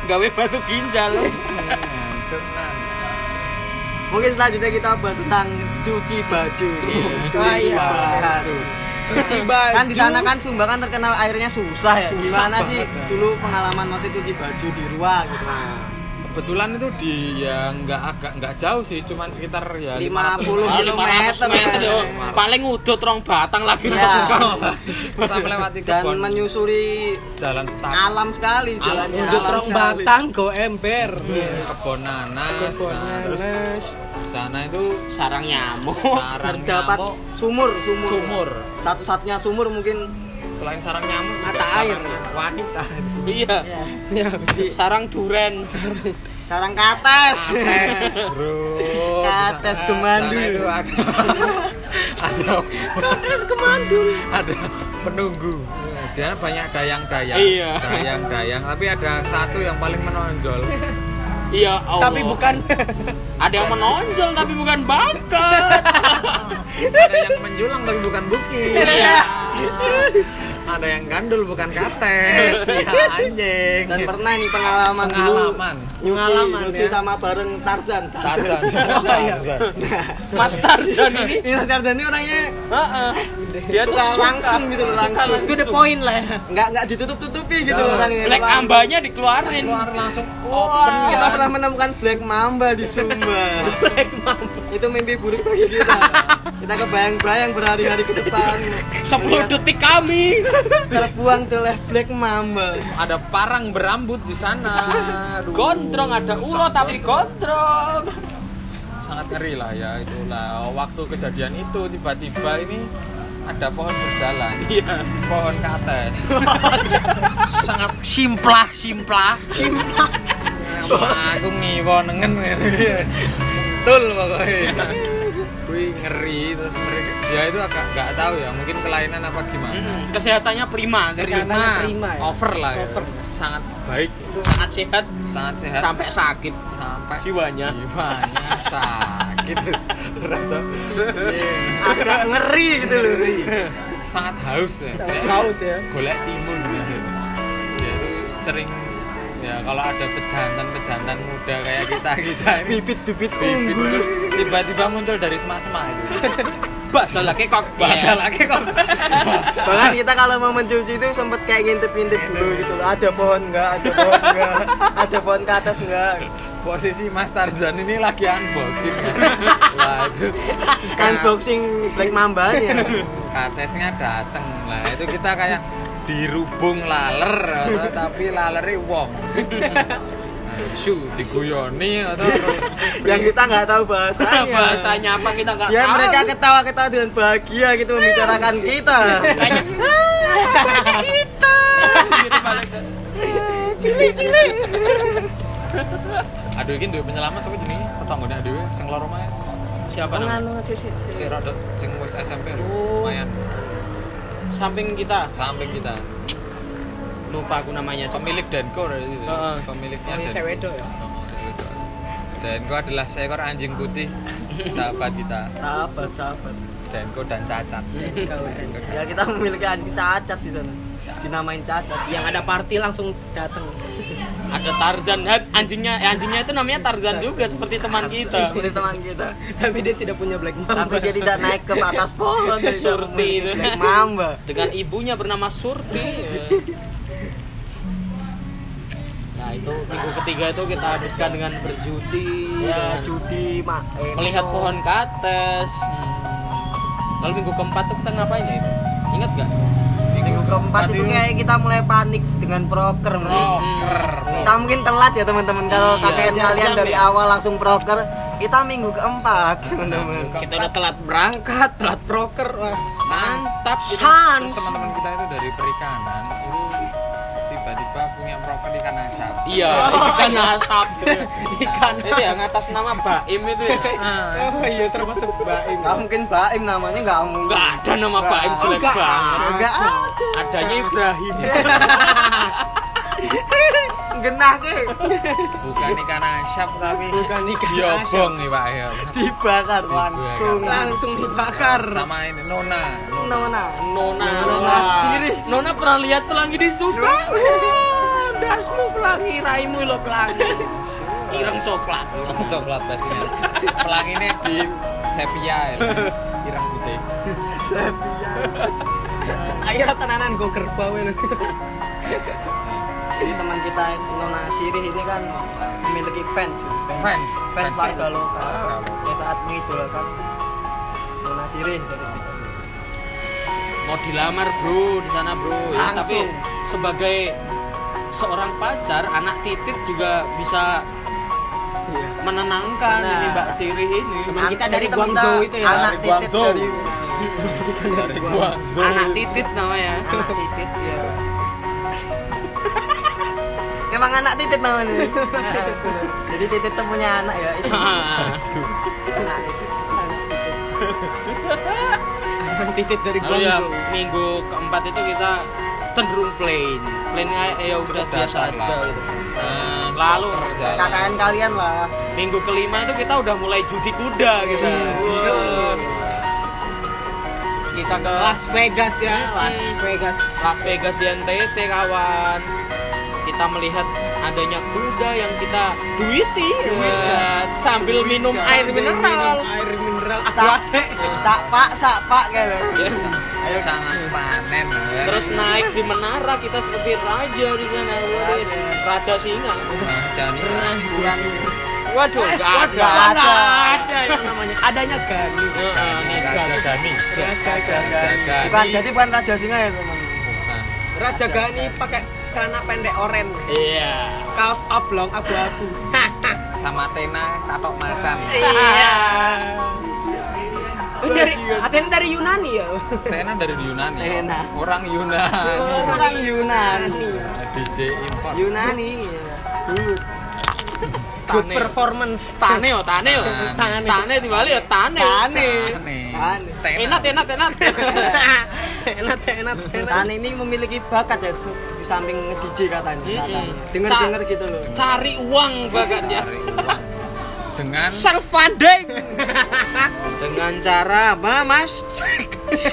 [SPEAKER 1] gawe batu ginjal lu
[SPEAKER 2] ngantuk nah
[SPEAKER 6] mungkin selanjutnya kita bahas tentang cuci baju. Gitu.
[SPEAKER 3] Oh, iya.
[SPEAKER 6] baju.
[SPEAKER 3] Cuci baju.
[SPEAKER 6] Kan di sana kan Sumba kan terkenal airnya susah ya. Gimana sih
[SPEAKER 2] banget, ya.
[SPEAKER 6] dulu pengalaman masih cuci baju di ruang gitu.
[SPEAKER 2] kebetulan itu di ya nggak agak nggak jauh sih cuman sekitar ya
[SPEAKER 6] 50
[SPEAKER 1] Ah, 500
[SPEAKER 6] kilometer
[SPEAKER 1] meter yo.
[SPEAKER 6] ya.
[SPEAKER 1] paling ngudut rong batang lagi
[SPEAKER 6] Iya.
[SPEAKER 2] kita melewati
[SPEAKER 6] dan
[SPEAKER 2] kebun
[SPEAKER 6] menyusuri
[SPEAKER 2] jalan setapak
[SPEAKER 6] alam sekali jalan
[SPEAKER 2] Alam.
[SPEAKER 6] alam
[SPEAKER 3] Dorong
[SPEAKER 6] sekali.
[SPEAKER 3] batang go ember.
[SPEAKER 2] kebun nanas nah, Iya. terus sana itu
[SPEAKER 1] sarang nyamuk
[SPEAKER 2] sarang
[SPEAKER 6] terdapat
[SPEAKER 2] nyamuk,
[SPEAKER 6] sumur sumur
[SPEAKER 2] sumur
[SPEAKER 6] satu-satunya sumur mungkin
[SPEAKER 2] selain sarang nyamuk juga
[SPEAKER 3] mata
[SPEAKER 2] sarang
[SPEAKER 3] air
[SPEAKER 2] nyamuk.
[SPEAKER 3] wanita
[SPEAKER 1] iya
[SPEAKER 6] Ya,
[SPEAKER 3] ya
[SPEAKER 6] di
[SPEAKER 1] sarang duren
[SPEAKER 6] sarang kates.
[SPEAKER 2] Tes, bro Sana
[SPEAKER 6] Kates
[SPEAKER 2] itu
[SPEAKER 6] kemandul.
[SPEAKER 2] ada ada
[SPEAKER 3] terus kemandul
[SPEAKER 2] ada penunggu dan banyak dayang-dayang
[SPEAKER 1] Iya.
[SPEAKER 2] dayang-dayang tapi ada satu yang paling menonjol
[SPEAKER 1] iya Allah.
[SPEAKER 3] tapi bukan
[SPEAKER 1] ada yang menonjol tapi bukan bakat
[SPEAKER 2] ada yang menjulang tapi bukan bukit
[SPEAKER 1] Iya.
[SPEAKER 2] ada yang gandul bukan kates ya anjing
[SPEAKER 6] Dan pernah nih pengalaman dulu.
[SPEAKER 2] Pengalaman.
[SPEAKER 6] Nyuci,
[SPEAKER 3] Pengalaman,
[SPEAKER 6] nyuci
[SPEAKER 3] ya.
[SPEAKER 6] sama bareng Tarzan.
[SPEAKER 2] Tarzan Tarzan.
[SPEAKER 1] Mas Tarzan ini
[SPEAKER 6] Ini Iya, Tarzan ini orangnya
[SPEAKER 1] Heeh. dia tuh
[SPEAKER 6] Tukang
[SPEAKER 1] suka.
[SPEAKER 6] langsung gitu loh, langsung.
[SPEAKER 3] to the point lah
[SPEAKER 6] nggak nggak ditutup-tutupi gitu
[SPEAKER 2] Jangan.
[SPEAKER 6] loh orangnya.
[SPEAKER 1] black
[SPEAKER 6] Langsung.
[SPEAKER 1] ambanya dikeluarin Oh,
[SPEAKER 2] keluar langsung open
[SPEAKER 1] Wah.
[SPEAKER 6] Kita pernah menemukan Black Mamba di Sumba. Black Mamba. Itu mimpi buruk bagi kita. Kita kebayang-bayang berhari-hari ke depan. Iya.
[SPEAKER 1] 10 detik kami
[SPEAKER 6] Terbuang tuh oleh Black Mamba.
[SPEAKER 2] ada parang berambut di sana Aduh.
[SPEAKER 1] gondrong ada ulo tapi gondrong
[SPEAKER 2] sangat ngeri lah ya itulah waktu kejadian itu tiba-tiba ini ada pohon berjalan
[SPEAKER 1] iya
[SPEAKER 2] pohon kates sangat
[SPEAKER 3] simplah simplah
[SPEAKER 2] Sama aku ngiwo nengen betul pokoknya gue ngeri terus mereka dia itu agak nggak tahu ya mungkin kelainan apa gimana
[SPEAKER 1] Mm-mm. Hmm, kesehatannya prima jadi
[SPEAKER 3] Kesehatan.
[SPEAKER 2] terima
[SPEAKER 3] terima ya.
[SPEAKER 2] over lah ya.
[SPEAKER 1] Over.
[SPEAKER 2] sangat baik
[SPEAKER 1] sangat sehat
[SPEAKER 2] sangat sehat
[SPEAKER 1] sampai sakit
[SPEAKER 2] sampai
[SPEAKER 1] jiwanya
[SPEAKER 2] gimana sakit Berat, toh.
[SPEAKER 6] Agak ngeri gitu loh.
[SPEAKER 2] sangat haus ya Kayak
[SPEAKER 1] haus ya
[SPEAKER 2] golek timun ya dia tuh sering ya kalau ada pejantan-pejantan muda kayak kita kita ini
[SPEAKER 6] Bibit-bibit
[SPEAKER 2] bibit terus
[SPEAKER 6] unggul. Iya.
[SPEAKER 2] tiba-tiba muncul dari semak-semak itu
[SPEAKER 1] basah lagi kok
[SPEAKER 2] bahasa lagi kok
[SPEAKER 6] Bahkan kita kalau mau mencuci itu sempet kayak ngintip-ngintip dulu gitu loh. Ada pohon enggak, ada pohon enggak, ada pohon ke atas enggak.
[SPEAKER 2] posisi Mas Tarzan ini lagi unboxing wah itu
[SPEAKER 6] Nah. Unboxing Kan Black Mamba ya.
[SPEAKER 2] katesnya dateng lah itu kita kayak dirubung laler atau- tapi laleri wong su diguyoni atau
[SPEAKER 6] Yang kita nggak tahu bahasanya.
[SPEAKER 1] bahasanya apa kita nggak
[SPEAKER 6] Ya
[SPEAKER 1] tahu
[SPEAKER 6] mereka ketawa-ketawa dengan bahagia gitu membicarakan kita.
[SPEAKER 1] Kayaknya,
[SPEAKER 2] aduh ini duwe penyelamat apa jenenge tetanggane aduh sing loro mae siapa namanya
[SPEAKER 6] Penganu sih sih. sih.
[SPEAKER 2] sing rodok sing wis SMP lho.
[SPEAKER 1] Oh.
[SPEAKER 2] lumayan
[SPEAKER 1] samping kita
[SPEAKER 2] samping kita
[SPEAKER 1] lupa aku namanya cuma
[SPEAKER 2] pemilik Denko dari situ
[SPEAKER 1] Heeh.
[SPEAKER 2] pemiliknya
[SPEAKER 3] ini
[SPEAKER 2] Denko.
[SPEAKER 3] sewedo ya
[SPEAKER 2] Denko adalah seekor anjing putih sahabat kita
[SPEAKER 6] Sahabat, sahabat.
[SPEAKER 2] Denko dan Cacat Denko
[SPEAKER 6] Ya kita memiliki anjing cacat di sana. Dinamain cacat.
[SPEAKER 3] yang ada party langsung datang
[SPEAKER 1] ada Tarzan Had- anjingnya eh, anjingnya itu namanya Tarzan juga seperti teman kita
[SPEAKER 6] Ini teman kita.
[SPEAKER 3] tapi dia tidak punya black
[SPEAKER 6] Tapi
[SPEAKER 3] mamba
[SPEAKER 6] dia tidak naik ke atas pohon. dia tidak
[SPEAKER 1] Surti
[SPEAKER 6] memiliki
[SPEAKER 1] itu.
[SPEAKER 6] Black Mamba.
[SPEAKER 1] dengan ibunya bernama Surti ya. nah itu minggu ketiga itu kita habiskan dengan berjudi
[SPEAKER 6] Ya
[SPEAKER 1] dengan
[SPEAKER 6] judi mak. eh,
[SPEAKER 1] melihat
[SPEAKER 6] no.
[SPEAKER 1] pohon kates lalu minggu keempat tuh kita ngapain ya itu ingat gak
[SPEAKER 6] Minggu keempat itu kayak kita mulai panik dengan proker. bro.
[SPEAKER 2] Rocker
[SPEAKER 6] Kita mungkin telat ya teman-teman kalau
[SPEAKER 1] Oh. Iya,
[SPEAKER 6] kakek
[SPEAKER 3] jam-jam
[SPEAKER 6] kalian dari
[SPEAKER 3] ya.
[SPEAKER 6] awal langsung proker. Kita minggu keempat teman-teman.
[SPEAKER 3] kita udah telat berangkat telat broker wah
[SPEAKER 1] mantap gitu. itu.
[SPEAKER 2] terus
[SPEAKER 6] Sans.
[SPEAKER 2] teman-teman kita itu dari perikanan itu tiba-tiba punya proker ikan asap
[SPEAKER 1] iya ikan asap
[SPEAKER 3] Oh. Ikan.
[SPEAKER 1] itu yang atas nama Baim itu ya
[SPEAKER 2] Ah,
[SPEAKER 3] oh iya termasuk baik
[SPEAKER 6] Gak mungkin Baim namanya gak mungkin.
[SPEAKER 1] nggak ada nama Baim jelek
[SPEAKER 3] Nggak.
[SPEAKER 1] banget
[SPEAKER 6] Enggak ada.
[SPEAKER 1] adanya Ibrahim
[SPEAKER 6] Genah deh.
[SPEAKER 2] bukan ikan asap tapi
[SPEAKER 3] Bukan ikan
[SPEAKER 2] diobong nih pak ya
[SPEAKER 6] Dibakar langsung.
[SPEAKER 3] langsung dibakar
[SPEAKER 2] sama ini nona nona
[SPEAKER 6] Mana-mana.
[SPEAKER 1] Nona
[SPEAKER 6] Nona Sirih.
[SPEAKER 1] Nona pernah lihat pelangi di Sumba Wah, dasmu pelangi raimu lo pelangi ireng coklat
[SPEAKER 2] Orang coklat bajunya pelanginya di sepia ya irang putih
[SPEAKER 6] Sepia.
[SPEAKER 3] akhirnya tenanan gue kerbau ini
[SPEAKER 6] Jadi teman kita Nona Sirih ini kan memiliki fans. ya.
[SPEAKER 2] Fans. Fans.
[SPEAKER 6] Fans warga lokal.
[SPEAKER 2] Lokal.
[SPEAKER 6] Yang saat mengidolakan Nona Sirih gitu. dari
[SPEAKER 1] mau dilamar bro di sana bro Ya,
[SPEAKER 6] Langsung.
[SPEAKER 1] tapi sebagai seorang pacar anak titit juga bisa menenangkan
[SPEAKER 6] Benar.
[SPEAKER 1] ini Mbak Siri ini
[SPEAKER 3] Teman kita
[SPEAKER 6] Jadi
[SPEAKER 3] dari
[SPEAKER 6] teman
[SPEAKER 3] Guangzhou itu ya,
[SPEAKER 6] Anak
[SPEAKER 1] dari
[SPEAKER 6] titik
[SPEAKER 1] Guangzhou.
[SPEAKER 6] dari
[SPEAKER 2] Tarik guazo.
[SPEAKER 3] anak titit namanya
[SPEAKER 6] anak titit ya emang anak titit namanya jadi titit temunya anak ya itu anak titit
[SPEAKER 3] anak titit dari
[SPEAKER 1] Lalu ya
[SPEAKER 3] Guangzhou
[SPEAKER 1] minggu keempat itu kita cenderung plain, plainnya ya udah biasa
[SPEAKER 2] Datang
[SPEAKER 1] aja
[SPEAKER 2] lah.
[SPEAKER 1] gitu.
[SPEAKER 2] Pesan,
[SPEAKER 1] Lalu
[SPEAKER 2] sponsor jalan.
[SPEAKER 6] KKN kalian lah
[SPEAKER 1] Minggu kelima itu kita udah mulai judi kuda gitu. Wah. Kita ke
[SPEAKER 3] Las Vegas ya Las Vegas
[SPEAKER 1] Las Vegas di NTT kawan. Kita melihat adanya kuda yang kita duiti Wah, kan? sambil minum air mineral.
[SPEAKER 3] air mineral
[SPEAKER 6] sak sak pak sak pak kayak lo
[SPEAKER 1] Ya.
[SPEAKER 6] ayo
[SPEAKER 2] sangat panen ya.
[SPEAKER 1] Terus naik di menara kita seperti raja di sana, Wah, raja singa.
[SPEAKER 2] Nah, jangan ini.
[SPEAKER 6] siang
[SPEAKER 1] Eh, Waduh, nggak ada.
[SPEAKER 6] nggak ada.
[SPEAKER 3] ada yang namanya adanya Gani
[SPEAKER 1] Heeh, nggak ada.
[SPEAKER 2] Raja Gani.
[SPEAKER 3] Raja
[SPEAKER 6] jaga
[SPEAKER 2] Jaga.
[SPEAKER 6] bukan jadi bukan raja singa ya teman
[SPEAKER 2] Bukan.
[SPEAKER 3] Raja Gani pakai celana pendek oranye
[SPEAKER 1] Iya.
[SPEAKER 3] kaos oblong abu-abu
[SPEAKER 2] Sama Tena tatok macan.
[SPEAKER 3] iya Oh, dari Athena dari Yunani ya
[SPEAKER 2] Tena dari Yunani.
[SPEAKER 6] Tena. Oh.
[SPEAKER 2] Orang Yunani.
[SPEAKER 6] orang Yunani
[SPEAKER 2] DJ import.
[SPEAKER 6] Yunani good
[SPEAKER 3] good
[SPEAKER 1] Tane.
[SPEAKER 3] performance
[SPEAKER 1] Tane yo, tane
[SPEAKER 2] Iya,
[SPEAKER 1] yo.
[SPEAKER 2] Tane.
[SPEAKER 1] Tane di Bali yo, tane.
[SPEAKER 6] Tane
[SPEAKER 2] Tane.
[SPEAKER 6] Tane
[SPEAKER 2] Tena.
[SPEAKER 1] Enak, ya. enak, enak.
[SPEAKER 3] enak enak enak
[SPEAKER 6] Tane ini memiliki bakat ya sus di samping nge-DJ katanya,
[SPEAKER 1] Mm-mm.
[SPEAKER 6] katanya. Dengar
[SPEAKER 1] Sa-
[SPEAKER 6] dengar gitu loh.
[SPEAKER 1] Cari uang bakatnya.
[SPEAKER 2] Tarik uang. Dengan
[SPEAKER 1] Self funding. Dengan cara apa, Mas? Sek S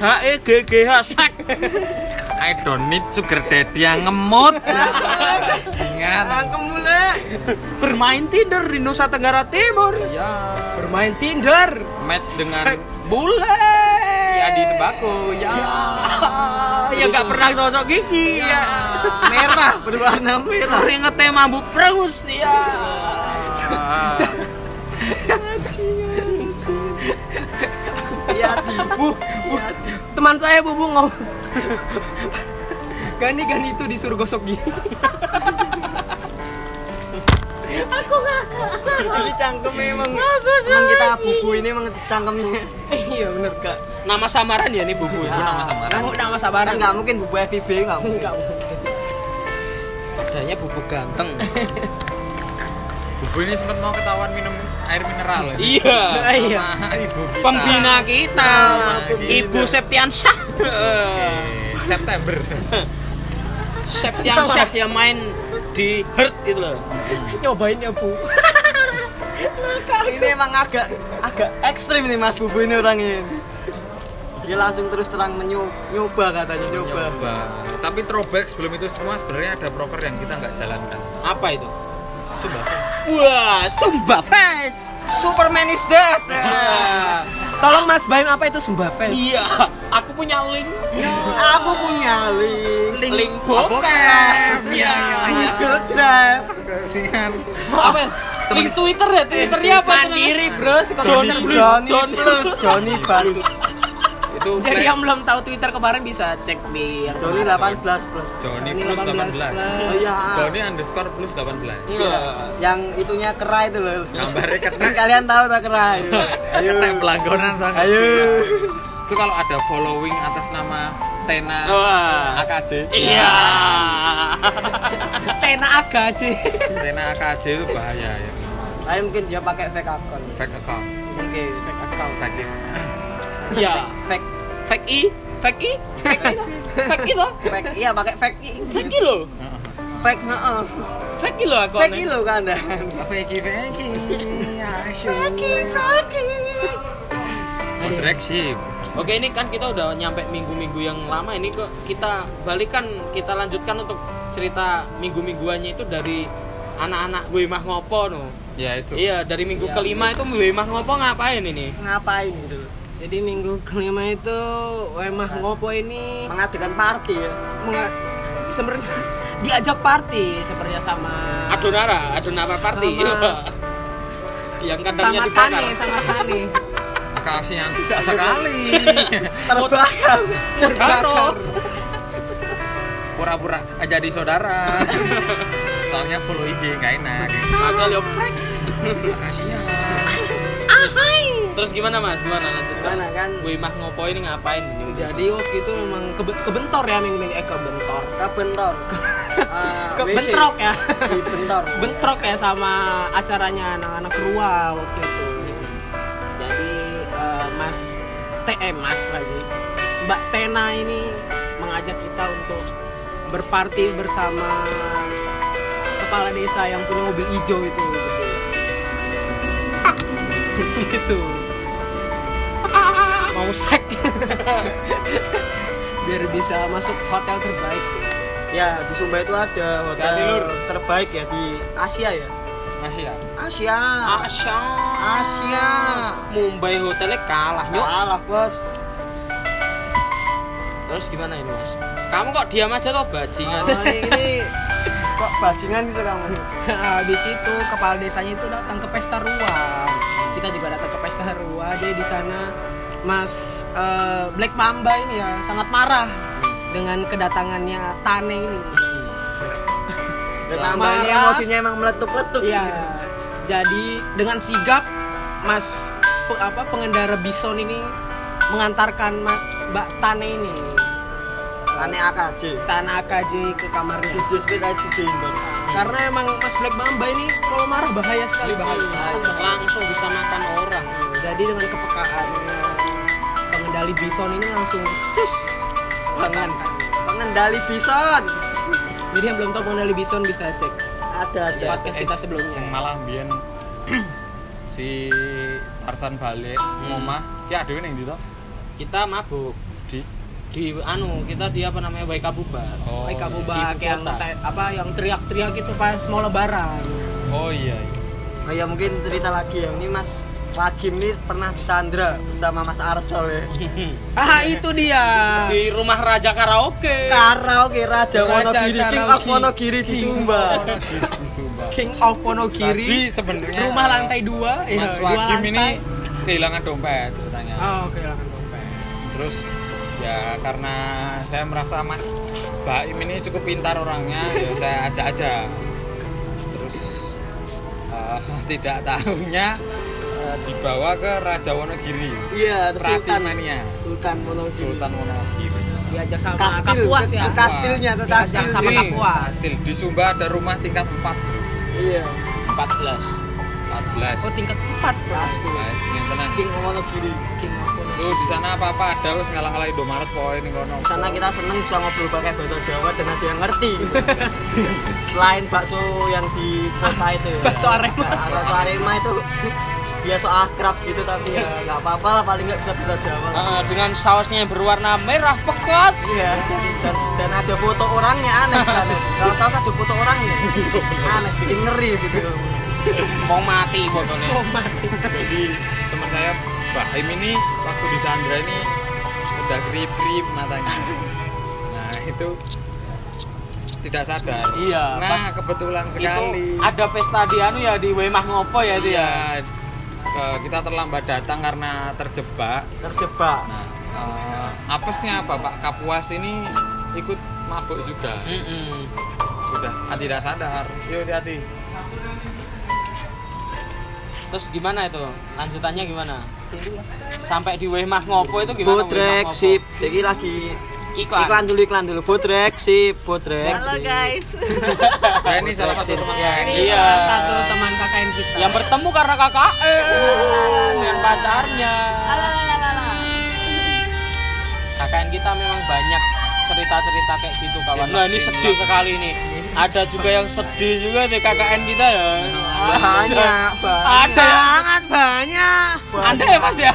[SPEAKER 1] H E G G H sek.
[SPEAKER 2] I don't need sugar daddy yang ngemut. Ingat.
[SPEAKER 6] Tangkem mulai.
[SPEAKER 1] Bermain Tinder di Nusa Tenggara Timur.
[SPEAKER 2] Ya.
[SPEAKER 3] bermain Tinder
[SPEAKER 2] Match dengan
[SPEAKER 1] Bule.
[SPEAKER 2] ya di sembako. Ya.
[SPEAKER 1] Ya nggak pernah sosok gigi ya.
[SPEAKER 6] Merah, berwarna merah.
[SPEAKER 1] Keringetnya mabuk perus ya.
[SPEAKER 6] Hati-hati.
[SPEAKER 3] Bu, bu, teman saya bu, bu ngomong. Gani Gani itu disuruh gosok gigi.
[SPEAKER 5] Aku ngakak.
[SPEAKER 6] Ini cangkem memang.
[SPEAKER 5] Sus,
[SPEAKER 6] Teman kita bubu ini emang cangkemnya.
[SPEAKER 3] iya bener kak.
[SPEAKER 1] Nama samaran ya nih bubu ya.
[SPEAKER 2] nama samaran.
[SPEAKER 3] Kamu udah sama
[SPEAKER 6] Kan
[SPEAKER 3] sabaran
[SPEAKER 6] nggak mungkin bubu FIB nggak mungkin.
[SPEAKER 3] Enggak.
[SPEAKER 1] Adanya bubu ganteng.
[SPEAKER 2] Bubu ini sempat mau ketahuan minum air mineral. ya?
[SPEAKER 1] iya.
[SPEAKER 6] Ah, iya.
[SPEAKER 2] Sama ibu kita.
[SPEAKER 1] Pembina kita,
[SPEAKER 2] Pembina. Eh.
[SPEAKER 1] Ibu Septiansyah.
[SPEAKER 2] Oke, September.
[SPEAKER 1] Septiansyah yang main di Hurt itu loh.
[SPEAKER 3] Nyobain ya bu.
[SPEAKER 6] Ini emang agak agak ekstrim nih Mas Bubu ini orangnya. Dia langsung terus terang menyu- nyoba katanya nyoba.
[SPEAKER 2] Nyoba. Tapi throwback sebelum itu semua sebenarnya ada proker yang kita nggak jalankan.
[SPEAKER 1] Apa itu?
[SPEAKER 2] Sumpah.
[SPEAKER 1] Wah, Sumba Fest.
[SPEAKER 6] Superman is dead.
[SPEAKER 1] Ah,
[SPEAKER 3] Tolong Mas Baim apa itu Sumbafest?
[SPEAKER 1] Iya, aku punya link.
[SPEAKER 6] Aku punya link.
[SPEAKER 1] Link, bokep. Iya, iya.
[SPEAKER 6] Google Drive.
[SPEAKER 1] Apa? Link Twitter ya, Twitternya apa?
[SPEAKER 3] Mandiri bro,
[SPEAKER 1] Johnny
[SPEAKER 3] psikosomer.
[SPEAKER 1] Blues,
[SPEAKER 6] Johnny
[SPEAKER 1] John
[SPEAKER 6] Plus, Johnny Plus.
[SPEAKER 2] Itu
[SPEAKER 3] Jadi
[SPEAKER 2] play-
[SPEAKER 3] yang belum tahu Twitter kemarin bisa cek di yang
[SPEAKER 6] Johnny 18 plus.
[SPEAKER 2] Johnny plus 18.
[SPEAKER 6] Oh iya.
[SPEAKER 2] Johnny underscore plus 18.
[SPEAKER 1] Iya.
[SPEAKER 6] Yang itunya kerai itu loh.
[SPEAKER 2] Gambarnya
[SPEAKER 6] Kan
[SPEAKER 2] ketek.
[SPEAKER 6] kalian tahu tak kerai? itu? Ayo.
[SPEAKER 2] Ketek pelanggonan sangat.
[SPEAKER 6] Ayo.
[SPEAKER 2] Itu kalau ada following atas nama Tena
[SPEAKER 1] Wah.
[SPEAKER 2] AKJ.
[SPEAKER 1] Iya.
[SPEAKER 3] Tena Agaji.
[SPEAKER 2] Tena AKJ itu bahaya ya.
[SPEAKER 6] Tapi mungkin dia pakai fake account.
[SPEAKER 2] Fake account.
[SPEAKER 6] Oke, fake account.
[SPEAKER 2] Fake.
[SPEAKER 1] Iya.
[SPEAKER 6] Fake
[SPEAKER 1] Fake I, fake I, fake I, loh. fake I loh.
[SPEAKER 6] fake iya pakai fake
[SPEAKER 1] Fake I loh.
[SPEAKER 6] fake heeh.
[SPEAKER 1] Fake I loh aku.
[SPEAKER 6] Fake lo kan dah.
[SPEAKER 2] Fake fake.
[SPEAKER 6] Fake fake.
[SPEAKER 2] Direction.
[SPEAKER 1] Oke ini kan kita udah nyampe minggu-minggu yang lama ini kok kita balikan kita lanjutkan untuk cerita minggu-mingguannya itu dari anak-anak gue mah ngopo no.
[SPEAKER 2] Ya itu.
[SPEAKER 1] Iya dari minggu
[SPEAKER 6] Iya,
[SPEAKER 1] kelima itu gue mah ngopo ngapain ini?
[SPEAKER 6] Ngapain gitu? loh.
[SPEAKER 3] Jadi minggu kelima itu Wemah Ngopo ini
[SPEAKER 6] Mengadakan party ya.
[SPEAKER 3] menga- sebenarnya diajak party sebenarnya sama
[SPEAKER 1] Adonara, Adonara Party. Iya.
[SPEAKER 3] Sama-
[SPEAKER 1] yang
[SPEAKER 3] sama
[SPEAKER 1] kandangnya
[SPEAKER 3] Tani,
[SPEAKER 1] dibakar.
[SPEAKER 3] sama Tani.
[SPEAKER 2] Kasihan sekali.
[SPEAKER 6] Terbakar.
[SPEAKER 1] Terbakar.
[SPEAKER 2] Pura-pura jadi saudara. Soalnya follow IG nggak enak.
[SPEAKER 1] Padahal yo prek.
[SPEAKER 2] Kasihan.
[SPEAKER 5] Ahai.
[SPEAKER 1] Terus gimana mas? Gimana lanjut?
[SPEAKER 3] Gimana, kan?
[SPEAKER 1] Bu Imah Ngopo ini ngapain?
[SPEAKER 3] jadi waktu itu memang kebe- kebentor ya ming ming eh kebentor
[SPEAKER 6] Kebentor. Ah, WC.
[SPEAKER 3] kebentrok ya
[SPEAKER 6] Dibentor.
[SPEAKER 3] bentrok ya sama acaranya anak-anak rua waktu itu jadi eh, mas TM mas lagi Mbak Tena ini mengajak kita untuk berparti bersama kepala desa yang punya mobil hijau itu gitu mau sek biar bisa masuk hotel terbaik
[SPEAKER 6] Ya, di Sumba itu ada hotel
[SPEAKER 2] Jati Lur.
[SPEAKER 6] terbaik ya di Asia ya.
[SPEAKER 2] Masih ya?
[SPEAKER 6] Asia.
[SPEAKER 1] Asya.
[SPEAKER 6] Asia. Ya
[SPEAKER 1] Mumbai hotelnya kalah nyok.
[SPEAKER 3] Ah.
[SPEAKER 6] Alah, Bos.
[SPEAKER 1] Terus gimana ini mas? Kamu kok diam aja toh bajingan?
[SPEAKER 6] Oh, ini kok bajingan gitu kamu.
[SPEAKER 3] habis itu Nah, kepala desanya itu datang ke pesta rua kita juga datang ke pesta rua dia di sana mas eh, Black Mamba ini ya sangat marah dengan kedatangannya Tane ini
[SPEAKER 6] Dan Ya, tambah ini
[SPEAKER 3] Marah.
[SPEAKER 6] emosinya emang meletup-letup.
[SPEAKER 3] Iya.
[SPEAKER 6] ini.
[SPEAKER 3] Jadi dengan sigap Mas pe- apa pengendara bison ini mengantarkan Ma- Mbak Tane ini
[SPEAKER 6] Tane AKJ.
[SPEAKER 3] Tane AKJ ke kamarnya.
[SPEAKER 6] DJ Speed SJ Indoor.
[SPEAKER 3] Karena emang Mas Black Mamba ini kalau marah bahaya sekali
[SPEAKER 1] Iya,
[SPEAKER 3] Iya.
[SPEAKER 1] Langsung bisa makan orang.
[SPEAKER 3] Jadi dengan kepekaan pengendali bison ini langsung cus tangan.
[SPEAKER 6] Pengendali bison.
[SPEAKER 3] Jadi yang belum tahu pengendali bison bisa cek
[SPEAKER 6] Ada ada.
[SPEAKER 3] podcast kita sebelumnya.
[SPEAKER 2] Yang Iya, malah biyen si Tarsan balik
[SPEAKER 3] Hmm.
[SPEAKER 2] ngomah, ki adewe ning ndi to?
[SPEAKER 1] Kita mabuk
[SPEAKER 2] Di
[SPEAKER 1] di anu kita dia apa namanya baik kabupaten.
[SPEAKER 2] Oh,
[SPEAKER 3] Kayak kamu
[SPEAKER 1] di
[SPEAKER 3] bak
[SPEAKER 1] ibu
[SPEAKER 3] yang
[SPEAKER 1] kota.
[SPEAKER 3] te- apa yang teriak-teriak itu pas mau lebaran.
[SPEAKER 2] Oh iya.
[SPEAKER 6] Oh ya mungkin cerita lagi ya. Ini Mas Lagim ini pernah disandra bersama Mas Arsol ya.
[SPEAKER 3] Ah itu dia.
[SPEAKER 1] Di rumah raja karaoke.
[SPEAKER 6] Karaoke Raja
[SPEAKER 3] Raja
[SPEAKER 6] Wonogiri King of
[SPEAKER 3] Karaoke.
[SPEAKER 6] Wonogiri di Sumba.
[SPEAKER 2] Di Sumba.
[SPEAKER 3] King of
[SPEAKER 2] Tadi
[SPEAKER 3] Wonogiri.
[SPEAKER 2] sebenarnya
[SPEAKER 3] Rumah lantai dua. Iya,
[SPEAKER 2] Mas
[SPEAKER 3] dua
[SPEAKER 2] Wakim
[SPEAKER 3] lantai.
[SPEAKER 2] ini kehilangan dompet katanya.
[SPEAKER 3] Oh kehilangan dompet.
[SPEAKER 2] Terus ya karena saya merasa Mas Baim ini cukup pintar orangnya, ya saya ajak aja. Terus eh, tidak tahunya eh, dibawa ke Raja Wonogiri.
[SPEAKER 6] Iya, ada Sultan.
[SPEAKER 2] Pracimania,
[SPEAKER 6] Sultan Wonogiri.
[SPEAKER 2] Sultan Wonogiri.
[SPEAKER 3] Diajak sama
[SPEAKER 6] Kastil,
[SPEAKER 3] Kapuas
[SPEAKER 6] ke-
[SPEAKER 3] ya.
[SPEAKER 6] ke kastilnya, ke
[SPEAKER 3] Diajak
[SPEAKER 6] kastil.
[SPEAKER 3] sama Kapuas.
[SPEAKER 2] Kastil. Di Sumba ada rumah tingkat 4
[SPEAKER 6] Iya,
[SPEAKER 1] 14.
[SPEAKER 2] 14.
[SPEAKER 3] Oh tingkat empat kelas.
[SPEAKER 6] kastil.
[SPEAKER 2] Nah, jengen tenan.
[SPEAKER 6] King of Wonogiri.
[SPEAKER 3] King of Wonogiri.
[SPEAKER 2] Lu di sana apa-apa ada wis ngalah-ngalah Indomaret poin ning kono.
[SPEAKER 6] Di sana kita seneng bisa ngobrol pakai bahasa Jawa dan ada yang ngerti. Selain bakso yang di kota itu ya.
[SPEAKER 3] bakso Arema.
[SPEAKER 6] Nah, bakso Arema itu biasa akrab gitu tapi ya nggak apa-apa lah paling nggak bisa bisa Jawa. lah.
[SPEAKER 1] Nah, dengan sausnya yang berwarna merah pekat.
[SPEAKER 6] Iya. Dan, dan ada foto orangnya aneh di sana. Kalau saus ada foto orangnya aneh, bikin ngeri gitu.
[SPEAKER 1] Mau mati botolnya.
[SPEAKER 3] Oh mati.
[SPEAKER 2] Jadi teman saya Baim ini waktu di Sandra ini udah kerip-kerip matanya. Nah, itu tidak sadar.
[SPEAKER 1] Iya,
[SPEAKER 2] Nah,
[SPEAKER 1] pas
[SPEAKER 2] kebetulan
[SPEAKER 1] itu
[SPEAKER 2] sekali.
[SPEAKER 1] ada pesta di anu ya di Wemah Ngopo ya itu ya.
[SPEAKER 2] Iya. ke- kita terlambat datang karena terjebak.
[SPEAKER 6] Terjebak.
[SPEAKER 2] Nah, eh, apesnya Bapak Kapuas ini ikut mabuk juga.
[SPEAKER 1] Mm-mm.
[SPEAKER 2] Udah ah, tidak sadar. Yuk, hati-hati.
[SPEAKER 1] Terus gimana itu? Lanjutannya gimana? Sampai di Wemah Ngopo itu gimana? Wemah
[SPEAKER 6] Botrek
[SPEAKER 1] Ngopo?
[SPEAKER 6] sip, Segi lagi
[SPEAKER 1] Iklan.
[SPEAKER 6] iklan dulu iklan dulu. Botrek sip, botrek
[SPEAKER 5] Halo
[SPEAKER 6] sip.
[SPEAKER 5] guys.
[SPEAKER 2] Nah, ini salah satu teman saya.
[SPEAKER 1] Iya.
[SPEAKER 3] Salah satu teman KKN kita.
[SPEAKER 1] Yang bertemu karena kakak eh, dan pacarnya. KKN kita memang banyak cerita-cerita kayak gitu kawan. Nah ini sedih sekali ini. Ada juga yang sedih juga di KKN kita ya.
[SPEAKER 6] Banyak, banyak.
[SPEAKER 1] Ada.
[SPEAKER 3] sangat banyak.
[SPEAKER 1] Ada ya mas ya.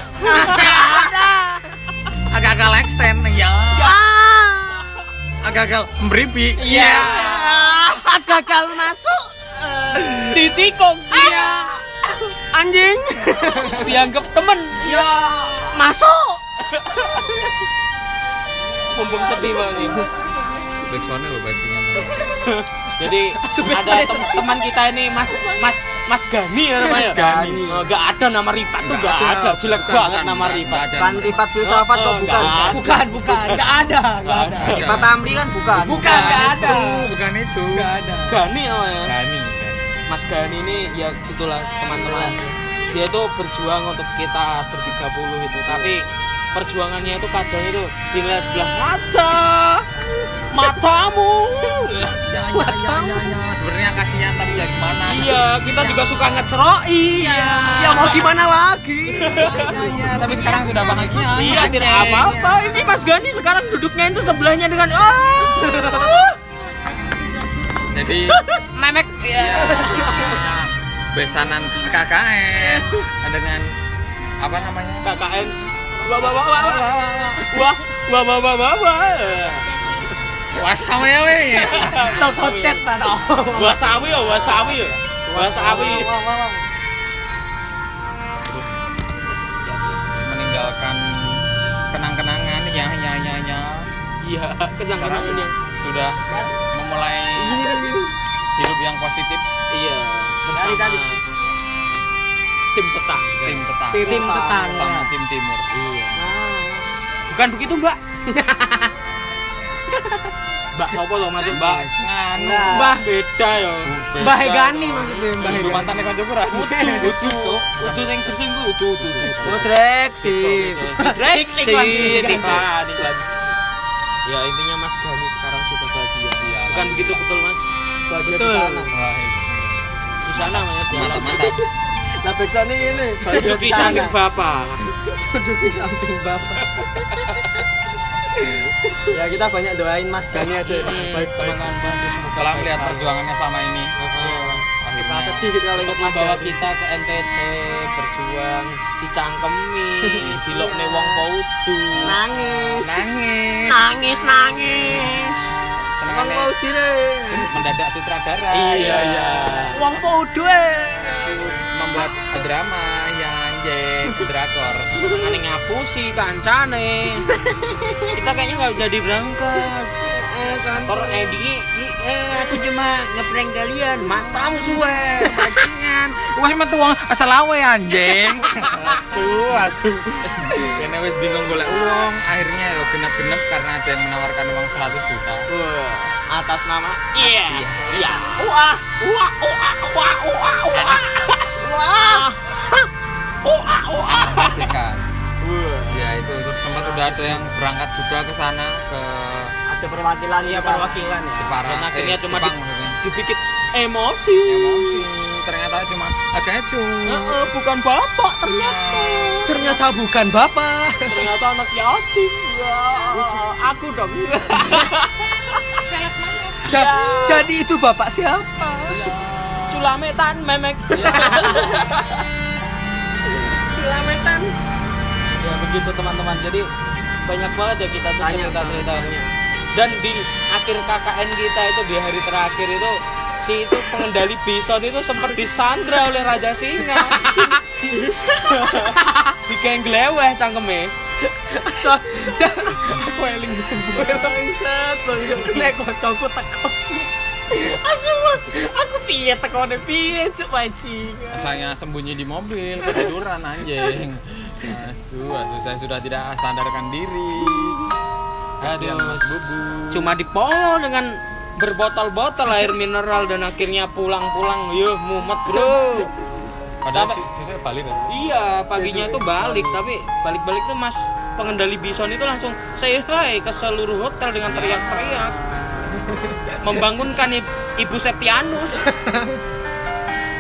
[SPEAKER 2] agak-agak leg stand
[SPEAKER 3] iya.
[SPEAKER 2] ya. Agak-agak meripi.
[SPEAKER 1] Iya.
[SPEAKER 3] Gagal masuk.
[SPEAKER 1] Titikong. Iya.
[SPEAKER 3] Anjing.
[SPEAKER 1] Dianggap temen. Iya.
[SPEAKER 3] Masuk.
[SPEAKER 1] Mumpung sedih banget. ini.
[SPEAKER 2] Back soundnya lo bajingan.
[SPEAKER 1] Jadi ada
[SPEAKER 3] Sebetulnya
[SPEAKER 1] tem-
[SPEAKER 3] sedih.
[SPEAKER 1] teman kita ini Mas Mas Mas Gani ya namanya.
[SPEAKER 2] Mas Gani.
[SPEAKER 1] Oh, Nggak ada nama Rita tuh nggak ada. Jelek
[SPEAKER 2] Bukan,
[SPEAKER 1] banget
[SPEAKER 2] bukan,
[SPEAKER 1] nama
[SPEAKER 2] bukan,
[SPEAKER 1] Rita.
[SPEAKER 2] nggak ada.
[SPEAKER 6] Kan ripat filsafat
[SPEAKER 1] Oh,
[SPEAKER 6] kok bukan.
[SPEAKER 1] enggak.
[SPEAKER 3] Bukan, bukan. Enggak ada, enggak ada.
[SPEAKER 2] Nggak ada.
[SPEAKER 6] Ripat Amri kan bukan.
[SPEAKER 3] Bukan, enggak ada.
[SPEAKER 2] Bukan Nah, itu. Nah,
[SPEAKER 3] Enggak ada.
[SPEAKER 1] Gani namanya.
[SPEAKER 2] Gani.
[SPEAKER 1] Mas Gani ini ya gitulah teman-teman. dia itu berjuang untuk kita bertiga puluh itu tapi perjuangannya itu kadang itu dinilai sebelah mata matamu
[SPEAKER 2] jangan jangan jangan jangan, jangan. sebenarnya kasihan tapi ya gimana
[SPEAKER 1] iya kita juga suka Iya. ngeceroki
[SPEAKER 6] ya mau gimana lagi
[SPEAKER 2] Ya, tapi sekarang sudah bahagia
[SPEAKER 1] iya tidak apa-apa ini Mas Gani sekarang duduknya itu sebelahnya dengan ah
[SPEAKER 2] jadi
[SPEAKER 1] memek iya.
[SPEAKER 2] ya, besanan KKN dengan apa namanya
[SPEAKER 1] KKN wah wah wah wah wah wah wah wah wah wah
[SPEAKER 2] wasawewe
[SPEAKER 6] tau kocet tak tau
[SPEAKER 1] wasawi ya wasawi ya wasawi
[SPEAKER 2] terus meninggalkan kenang-kenangan ya ya ya ya
[SPEAKER 1] iya kenang
[SPEAKER 2] sekarang
[SPEAKER 1] kenangannya
[SPEAKER 2] sudah memulai hidup yang positif
[SPEAKER 1] iya
[SPEAKER 6] Dari tadi.
[SPEAKER 1] tim petang
[SPEAKER 2] tim petang
[SPEAKER 6] Tim
[SPEAKER 3] tim tetangga
[SPEAKER 2] sama tim timur iya
[SPEAKER 1] bukan begitu mbak mbak apa lo masuk
[SPEAKER 2] mbak nganu
[SPEAKER 6] Nah,
[SPEAKER 1] mbak beda ya
[SPEAKER 6] Mbah Gani maksudnya Mbah
[SPEAKER 2] Itu
[SPEAKER 6] Gani
[SPEAKER 2] mantannya Kanjopura.
[SPEAKER 1] udu udu yang tersinggung udu udu udu
[SPEAKER 6] Bodrek
[SPEAKER 1] Gitu,
[SPEAKER 6] sih
[SPEAKER 1] Drake sih
[SPEAKER 6] Iklan, iklan.
[SPEAKER 1] iklan iklan ya intinya Mas Gani sekarang sudah bahagia
[SPEAKER 2] Iya,
[SPEAKER 1] bukan begitu betul Mas
[SPEAKER 6] Betul
[SPEAKER 1] di sana Mas di
[SPEAKER 2] Mantap,
[SPEAKER 1] alam.
[SPEAKER 2] mantap.
[SPEAKER 6] Lah back sana ini
[SPEAKER 1] duduk di samping bapak
[SPEAKER 6] Duduk di samping bapak Ya kita banyak doain Mas Gani aja
[SPEAKER 1] Hmm,
[SPEAKER 6] Baik-baik
[SPEAKER 2] Setelah melihat perjuangannya selama ini, Iya.
[SPEAKER 6] Suka
[SPEAKER 2] akhirnya
[SPEAKER 6] sedih gitu kalau ingat Mas
[SPEAKER 1] bawa
[SPEAKER 6] Gani
[SPEAKER 1] kita ke NTT berjuang dicangkemi dilokne wong paudu
[SPEAKER 6] Nangis
[SPEAKER 2] nangis.
[SPEAKER 3] nangis nangis
[SPEAKER 6] Emang
[SPEAKER 2] Senengannya
[SPEAKER 6] mau dire
[SPEAKER 2] mendadak sutradara. ya.
[SPEAKER 1] iya iya
[SPEAKER 3] wong podo eh.
[SPEAKER 2] Membuat drama yang anjing drakor.
[SPEAKER 1] ane ngapusi kancane kita kayaknya nggak jadi berangkat
[SPEAKER 3] Iya, kan?
[SPEAKER 1] Tor Edi
[SPEAKER 3] eh aku cuma ngeprank kalian matamu suwe
[SPEAKER 2] Wah, metu wong selawe anjing.
[SPEAKER 1] asu asu
[SPEAKER 2] Kene wis bingung golek uang, akhirnya lo genep-genep karena ada yang menawarkan uang 100 juta.
[SPEAKER 1] Wah, atas nama iya iya
[SPEAKER 3] uah uah uah uah uah uah uah uah uah
[SPEAKER 2] JK.
[SPEAKER 1] Wah.
[SPEAKER 2] Ya itu terus sempat udah ada yang berangkat juga ke sana ke
[SPEAKER 6] Ada perwakilan
[SPEAKER 3] iya perwakilan ya
[SPEAKER 2] Jepara.
[SPEAKER 1] dan akhirnya
[SPEAKER 2] eh,
[SPEAKER 1] cuma
[SPEAKER 2] Jepang,
[SPEAKER 1] di-
[SPEAKER 2] maksudnya.
[SPEAKER 1] dibikin emosi
[SPEAKER 2] emosi ternyata cuma agak cuma
[SPEAKER 1] Heeh, eh, bukan bapak ternyata
[SPEAKER 6] Ternyata bukan bapak
[SPEAKER 1] ternyata anak yatim ya aku dong
[SPEAKER 5] Sales mana?
[SPEAKER 6] Ja-
[SPEAKER 3] Iya.
[SPEAKER 6] Jadi itu bapak siapa?
[SPEAKER 1] culametan memek
[SPEAKER 3] silametan
[SPEAKER 1] ya begitu teman-teman jadi banyak banget ya kita tuh
[SPEAKER 6] Banyak
[SPEAKER 1] cerita ceritanya dan di akhir KKN kita itu di hari terakhir itu si itu pengendali bison itu sempat disandra oleh raja singa digengleweh cangkeme
[SPEAKER 6] So, dah, aku eling gue Bangsat, bangsat Nek kocokku tekok
[SPEAKER 3] asu aku piye tekone piye cuk wajing
[SPEAKER 2] saya sembunyi di mobil ketiduran anjing asu asu saya sudah tidak sadarkan diri Kasihan
[SPEAKER 1] Aduh.
[SPEAKER 2] Mas Bubu
[SPEAKER 1] cuma dipolo dengan berbotol-botol air mineral dan akhirnya pulang-pulang yuh mumet bro
[SPEAKER 2] padahal
[SPEAKER 1] Sampai-
[SPEAKER 2] si, si saya balik kan
[SPEAKER 1] Iya, paginya itu balik, tapi balik-balik tuh Mas pengendali bison itu langsung say hi ke seluruh hotel dengan teriak-teriak. Membangunkan i- Ibu Septianus.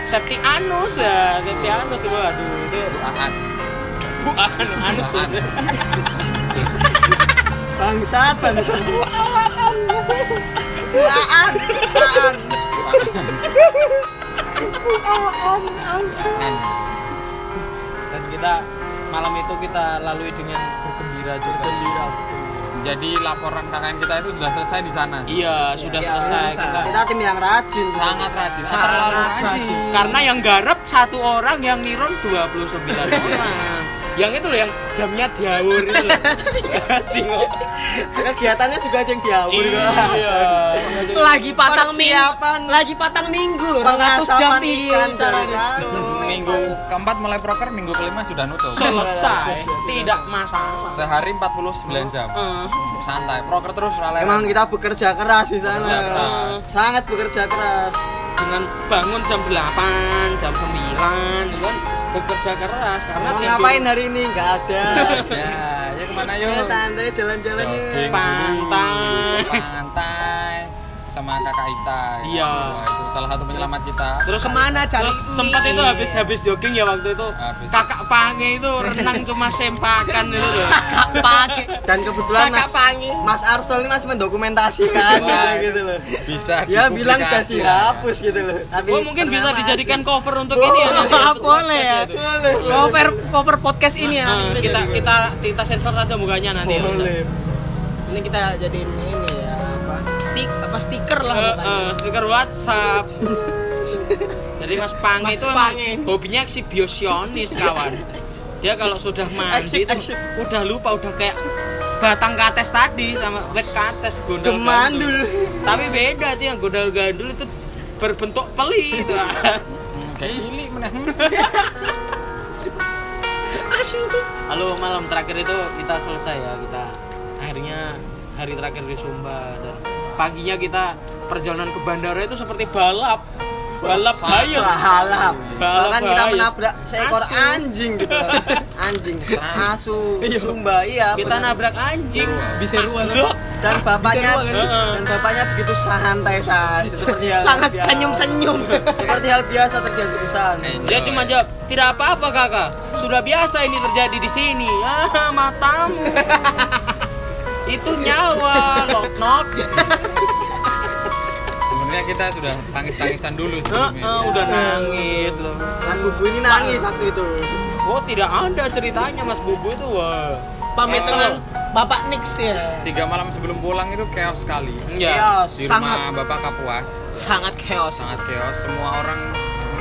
[SPEAKER 1] Septianus ya, Septianus Wah, aduh itu
[SPEAKER 2] Aat
[SPEAKER 1] Bu Anu, Anus.
[SPEAKER 6] Bangsat, bangsat Kulaan, kulaan
[SPEAKER 2] Aan
[SPEAKER 1] Dan kita malam itu kita lalui dengan bergembira juga.
[SPEAKER 2] jadi laporan KKN kita itu sudah selesai di sana
[SPEAKER 1] Iya, sudah
[SPEAKER 6] Ya,
[SPEAKER 1] selesai kita.
[SPEAKER 6] selesai. Kita tim yang rajin
[SPEAKER 2] sangat rajin
[SPEAKER 6] Sangat
[SPEAKER 2] terlalu
[SPEAKER 6] rajin.
[SPEAKER 1] Karena yang garap satu orang, yang niron 29 orang. yang itu loh yang jamnya diawur itu loh. Cingok.
[SPEAKER 6] Kegiatannya juga ada yang diawur
[SPEAKER 1] Iya.
[SPEAKER 3] lagi patang minggu
[SPEAKER 6] Persiapan
[SPEAKER 3] lagi patang minggu loh 200 jam iya,
[SPEAKER 6] Pengasapan ikan
[SPEAKER 3] piye caranya
[SPEAKER 2] minggu keempat mulai proker minggu kelima sudah nutup
[SPEAKER 1] selesai tidak masalah
[SPEAKER 2] sehari 49 jam
[SPEAKER 1] Eh,
[SPEAKER 2] santai proker terus raleh
[SPEAKER 6] Oh. Emang kita bekerja keras di sana
[SPEAKER 2] Bekerja keras.
[SPEAKER 6] Sangat bekerja keras
[SPEAKER 1] dengan bangun jam 8 jam 9 itu kan bekerja keras karena
[SPEAKER 6] Mau
[SPEAKER 1] tidur
[SPEAKER 6] ngapain hari ini? Nggak ada.
[SPEAKER 2] ya ya kemana
[SPEAKER 6] Ayo
[SPEAKER 2] yuk
[SPEAKER 6] santai jalan-jalan
[SPEAKER 2] Jogging
[SPEAKER 6] yuk.
[SPEAKER 2] dulu,
[SPEAKER 1] Pantai.
[SPEAKER 2] pantai sama kakak Ita ya.
[SPEAKER 1] Iya.
[SPEAKER 2] Wah, itu salah satu penyelamat kita
[SPEAKER 1] terus
[SPEAKER 3] Kemana cari
[SPEAKER 1] terus sempat
[SPEAKER 3] mie?
[SPEAKER 1] itu habis habis jogging ya waktu itu
[SPEAKER 2] Habis.
[SPEAKER 1] kakak pange itu renang cuma sempakan itu loh
[SPEAKER 6] Kakak Pange. Dan kebetulan
[SPEAKER 1] Kakak
[SPEAKER 6] Mas Mas Arsol ini masih mendokumentasikan
[SPEAKER 2] Wah, iya.
[SPEAKER 6] gitu loh.
[SPEAKER 2] bisa
[SPEAKER 6] Dia bilang udah
[SPEAKER 2] dipublikasi.
[SPEAKER 6] dihapus gitu loh. Tapi
[SPEAKER 1] oh mungkin bisa
[SPEAKER 6] pernah
[SPEAKER 1] dijadikan
[SPEAKER 6] masih.
[SPEAKER 1] cover untuk ini ya nanti.
[SPEAKER 6] Wah, boleh ya. Boleh.
[SPEAKER 3] cover cover podcast ini ya
[SPEAKER 1] Eh, kita kita kita sensor aja mukanya nanti ya, bisa.
[SPEAKER 6] Boleh.
[SPEAKER 3] ini kita jadiin ini ya apa stick apa stiker lah
[SPEAKER 1] Eh,
[SPEAKER 3] mukanya.
[SPEAKER 1] eh, stiker WhatsApp. Jadi Mas Pange
[SPEAKER 3] Mas
[SPEAKER 1] itu emang
[SPEAKER 3] Pange.
[SPEAKER 1] hobinya eksibisionis kawan. Dia kalau sudah mandi
[SPEAKER 6] Eksib,
[SPEAKER 1] itu
[SPEAKER 6] eksib.
[SPEAKER 1] udah lupa udah kayak batang kates tadi sama wet kates gondol
[SPEAKER 6] Gemandul.
[SPEAKER 1] Tapi beda itu yang gondol gandul itu berbentuk peli itu.
[SPEAKER 2] Hmm, kayak cilik meneh
[SPEAKER 1] Halo malam terakhir itu kita selesai ya kita akhirnya hari terakhir di Sumba dan paginya kita perjalanan ke bandara itu seperti balap balap hayes
[SPEAKER 6] Balap.
[SPEAKER 1] Balap
[SPEAKER 6] Bahkan kan kita
[SPEAKER 1] bahaya.
[SPEAKER 6] menabrak seekor
[SPEAKER 1] Iya. Asu.
[SPEAKER 6] anjing gitu. loh. Anjing. Asu. Sumba iya.
[SPEAKER 1] kita nabrak anjing
[SPEAKER 3] Bisa ruang.
[SPEAKER 1] Loh,
[SPEAKER 6] dan bapaknya
[SPEAKER 3] Bisa
[SPEAKER 1] dua, kan?
[SPEAKER 6] dan bapaknya begitu santai saja seperti hal
[SPEAKER 3] sangat
[SPEAKER 6] eh. biasa.
[SPEAKER 3] senyum senyum
[SPEAKER 6] seperti hal biasa terjadi di sana
[SPEAKER 1] dia
[SPEAKER 2] Enjoy.
[SPEAKER 1] Ya, cuma jawab tidak apa-apa kakak sudah biasa ini terjadi di sini ah matamu itu nyawa knock knock
[SPEAKER 2] sebenarnya kita sudah tangis tangisan dulu
[SPEAKER 1] Heeh, eh,
[SPEAKER 2] sebelumnya ya.
[SPEAKER 1] udah nangis loh
[SPEAKER 6] Mas Bubu ini nangis waktu itu
[SPEAKER 1] oh tidak ada ceritanya mas bubu itu wah
[SPEAKER 3] pamit
[SPEAKER 2] Oh.
[SPEAKER 3] dengan bapak Nix ya
[SPEAKER 2] tiga malam sebelum pulang itu chaos sekali
[SPEAKER 1] ya
[SPEAKER 6] Chaos.
[SPEAKER 2] di rumah
[SPEAKER 3] Sangat.
[SPEAKER 2] bapak kapuas
[SPEAKER 3] sangat chaos
[SPEAKER 2] sangat chaos semua orang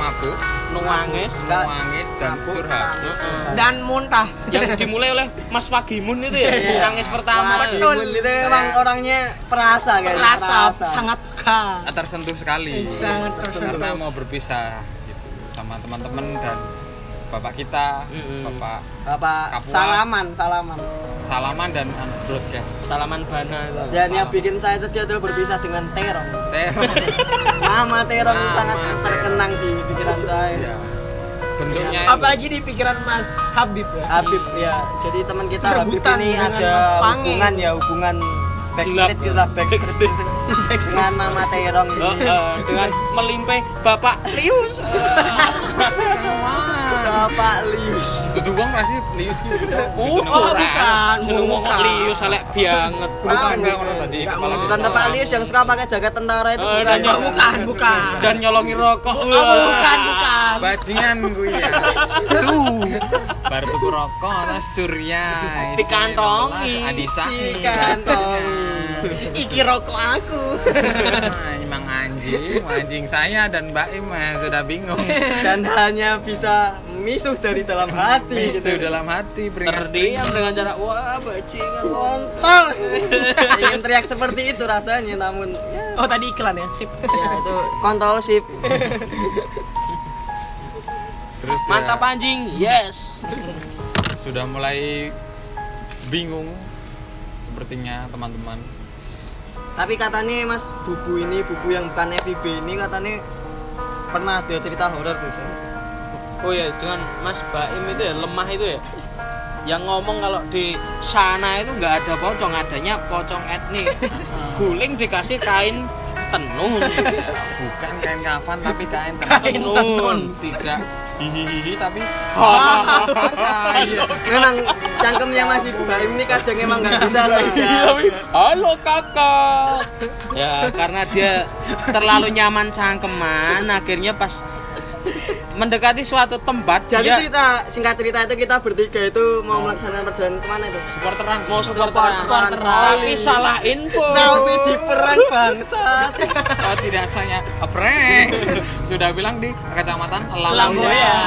[SPEAKER 2] mabuk
[SPEAKER 1] nangis
[SPEAKER 6] Nggak-
[SPEAKER 2] nangis dan
[SPEAKER 6] mabuk,
[SPEAKER 2] curhat Eh,
[SPEAKER 6] nangis,
[SPEAKER 1] Heeh.
[SPEAKER 6] curhat.
[SPEAKER 3] dan muntah
[SPEAKER 1] yang dimulai oleh Mas Wagimun itu ya
[SPEAKER 3] Iya.
[SPEAKER 1] nangis pertama
[SPEAKER 6] Wah, Ibu itu emang orangnya perasa kan
[SPEAKER 3] rasa sangat ka
[SPEAKER 2] eh, tersentuh sekali
[SPEAKER 3] Sangat tersentuh.
[SPEAKER 2] karena mau berpisah gitu sama teman-teman dan bapak kita
[SPEAKER 1] Mm-mm.
[SPEAKER 2] bapak
[SPEAKER 6] bapak
[SPEAKER 2] Kapuas.
[SPEAKER 6] salaman salaman
[SPEAKER 2] salaman dan broadcast
[SPEAKER 1] salaman bana itu
[SPEAKER 6] dan yang bikin saya sedih adalah berpisah dengan Terong
[SPEAKER 2] teror
[SPEAKER 6] Mama Terong
[SPEAKER 2] Nama
[SPEAKER 6] sangat
[SPEAKER 2] Terong.
[SPEAKER 6] terkenang di pikiran saya
[SPEAKER 2] Ya. bentuknya
[SPEAKER 3] apalagi di pikiran Mas Habib ya
[SPEAKER 6] Habib ya jadi teman kita Habib
[SPEAKER 3] Perebutan
[SPEAKER 6] ini
[SPEAKER 3] dengan
[SPEAKER 6] ada
[SPEAKER 3] Mas Pange.
[SPEAKER 6] hubungan ya hubungan backstreet
[SPEAKER 1] Gelap.
[SPEAKER 6] gitu lah backstreet dengan Mama Terong
[SPEAKER 1] Oh,
[SPEAKER 6] ini
[SPEAKER 1] eh, dengan melimpe Bapak Lius
[SPEAKER 6] Bapak Lius
[SPEAKER 2] Dudu wong pasti lius gitu. ki.
[SPEAKER 1] Oh,
[SPEAKER 3] oh, bukan.
[SPEAKER 1] Seneng wong
[SPEAKER 3] Bukan.
[SPEAKER 1] Lius elek banget.
[SPEAKER 2] Bukan enggak ngono tadi
[SPEAKER 3] Enggak
[SPEAKER 2] kepala
[SPEAKER 3] mau.
[SPEAKER 6] bukan
[SPEAKER 2] desa.
[SPEAKER 6] Bapak Lius yang suka pakai jaket tentara itu
[SPEAKER 1] Eh,
[SPEAKER 6] bukan
[SPEAKER 1] dan-
[SPEAKER 3] Oh, bukan bukan
[SPEAKER 1] Dan nyolongi rokok.
[SPEAKER 3] Oh, bukan bukan
[SPEAKER 2] Bajingan gue ya. Su. Baru tuku rokok ana Surya.
[SPEAKER 1] Dikantongi.
[SPEAKER 2] Adisa.
[SPEAKER 6] Dikantongi.
[SPEAKER 3] iki rokok aku
[SPEAKER 2] Emang anjing, anjing saya dan Mbak Im eh, sudah bingung.
[SPEAKER 6] dan hanya bisa misuh dari dalam hati
[SPEAKER 2] Itu
[SPEAKER 6] gitu
[SPEAKER 2] dalam hati beringat.
[SPEAKER 1] Terdiam dengan cara wah bajingan.
[SPEAKER 6] kontol ingin teriak seperti itu rasanya namun
[SPEAKER 3] oh tadi iklan ya sip
[SPEAKER 6] ya itu kontol sip
[SPEAKER 2] Terus ya,
[SPEAKER 1] Mantap anjing. Yes.
[SPEAKER 2] sudah mulai bingung sepertinya teman-teman.
[SPEAKER 6] tapi katanya mas bubu ini bubu yang bukan FIB ini katanya pernah dia cerita horor bisa
[SPEAKER 1] Oh ya, dengan Mas Baim itu ya lemah itu ya. Yang ngomong kalau di sana itu nggak ada pocong, adanya pocong etnik. Guling dikasih kain tenun.
[SPEAKER 2] Bukan kain kafan tapi kain
[SPEAKER 1] tenun.
[SPEAKER 2] Tidak hihihi tapi
[SPEAKER 6] memang cangkemnya masih baim ini kadang emang nggak bisa ya.
[SPEAKER 3] Iya.
[SPEAKER 6] terjawab
[SPEAKER 1] Halo kakak. Ya karena dia terlalu nyaman cangkeman, akhirnya pas mendekati suatu tempat
[SPEAKER 6] jadi
[SPEAKER 1] dia
[SPEAKER 6] cerita singkat cerita itu kita bertiga itu mau melaksanakan perjalanan kemana itu
[SPEAKER 2] supporteran
[SPEAKER 1] mau supporteran,
[SPEAKER 6] Supporteran.
[SPEAKER 1] tapi salah info.
[SPEAKER 3] Nah,
[SPEAKER 6] tapi di perang bangsa
[SPEAKER 2] oh, tidak saya prank sudah bilang di kecamatan
[SPEAKER 3] Lamboya.
[SPEAKER 2] Lamboya
[SPEAKER 6] Iya.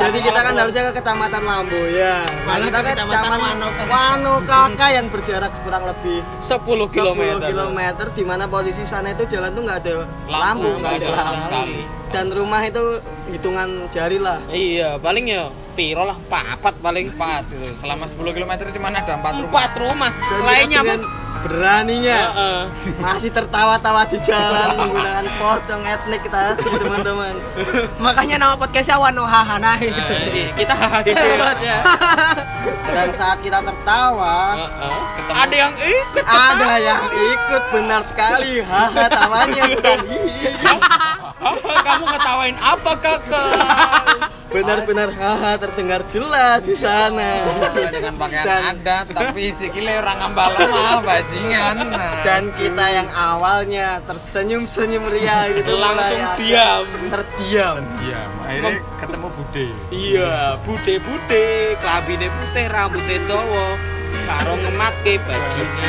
[SPEAKER 6] jadi kita kan harusnya ke kecamatan Lamboya nah,
[SPEAKER 3] Malah
[SPEAKER 6] kita
[SPEAKER 3] ke
[SPEAKER 6] ke
[SPEAKER 3] kecamatan
[SPEAKER 6] kecamatan
[SPEAKER 3] Wanokaka.
[SPEAKER 6] Wanokaka yang berjarak kurang lebih
[SPEAKER 1] 10
[SPEAKER 6] 10
[SPEAKER 1] kilometer.
[SPEAKER 6] km di mana posisi sana itu jalan tuh nggak ada
[SPEAKER 2] Lampu,
[SPEAKER 6] lampu nggak
[SPEAKER 2] nggak
[SPEAKER 6] ada
[SPEAKER 2] ada sama
[SPEAKER 6] lampu
[SPEAKER 2] sekali.
[SPEAKER 6] dan rumah itu hitungan jari lah
[SPEAKER 1] Iya, paling ya piro lah papat paling
[SPEAKER 2] empat itu selama 10 km cuma ada empat rumah
[SPEAKER 1] empat rumah
[SPEAKER 6] Dan
[SPEAKER 1] lainnya
[SPEAKER 6] dengan
[SPEAKER 1] apa?
[SPEAKER 6] beraninya
[SPEAKER 1] Heeh.
[SPEAKER 6] masih tertawa-tawa di jalan menggunakan pocong etnik kita teman-teman
[SPEAKER 3] Makanya nama podcastnya Wano Hahanai.
[SPEAKER 1] Nah, ini kita habis ya.
[SPEAKER 6] dan saat kita tertawa
[SPEAKER 1] Heeh, ketemu. Ada yang ikut.
[SPEAKER 6] ada yang ikut benar sekali haha tawanya bukan hihi
[SPEAKER 1] Kamu ketawain apa kakak?
[SPEAKER 6] benar-benar haha terdengar jelas di sana
[SPEAKER 2] dengan pakaian
[SPEAKER 6] Dan-
[SPEAKER 2] adat tapi sikile orang ngambal mah bajingan Nah,
[SPEAKER 6] dan kita yang awalnya tersenyum-senyum ria gitu
[SPEAKER 1] Langsung
[SPEAKER 6] mulai
[SPEAKER 1] diam.
[SPEAKER 6] terdiam
[SPEAKER 2] diam Iya, akhirnya ketemu Bude
[SPEAKER 1] Iya, bude-bude, kelabine putih, rambutnya dawa, karo ngematke bajunya.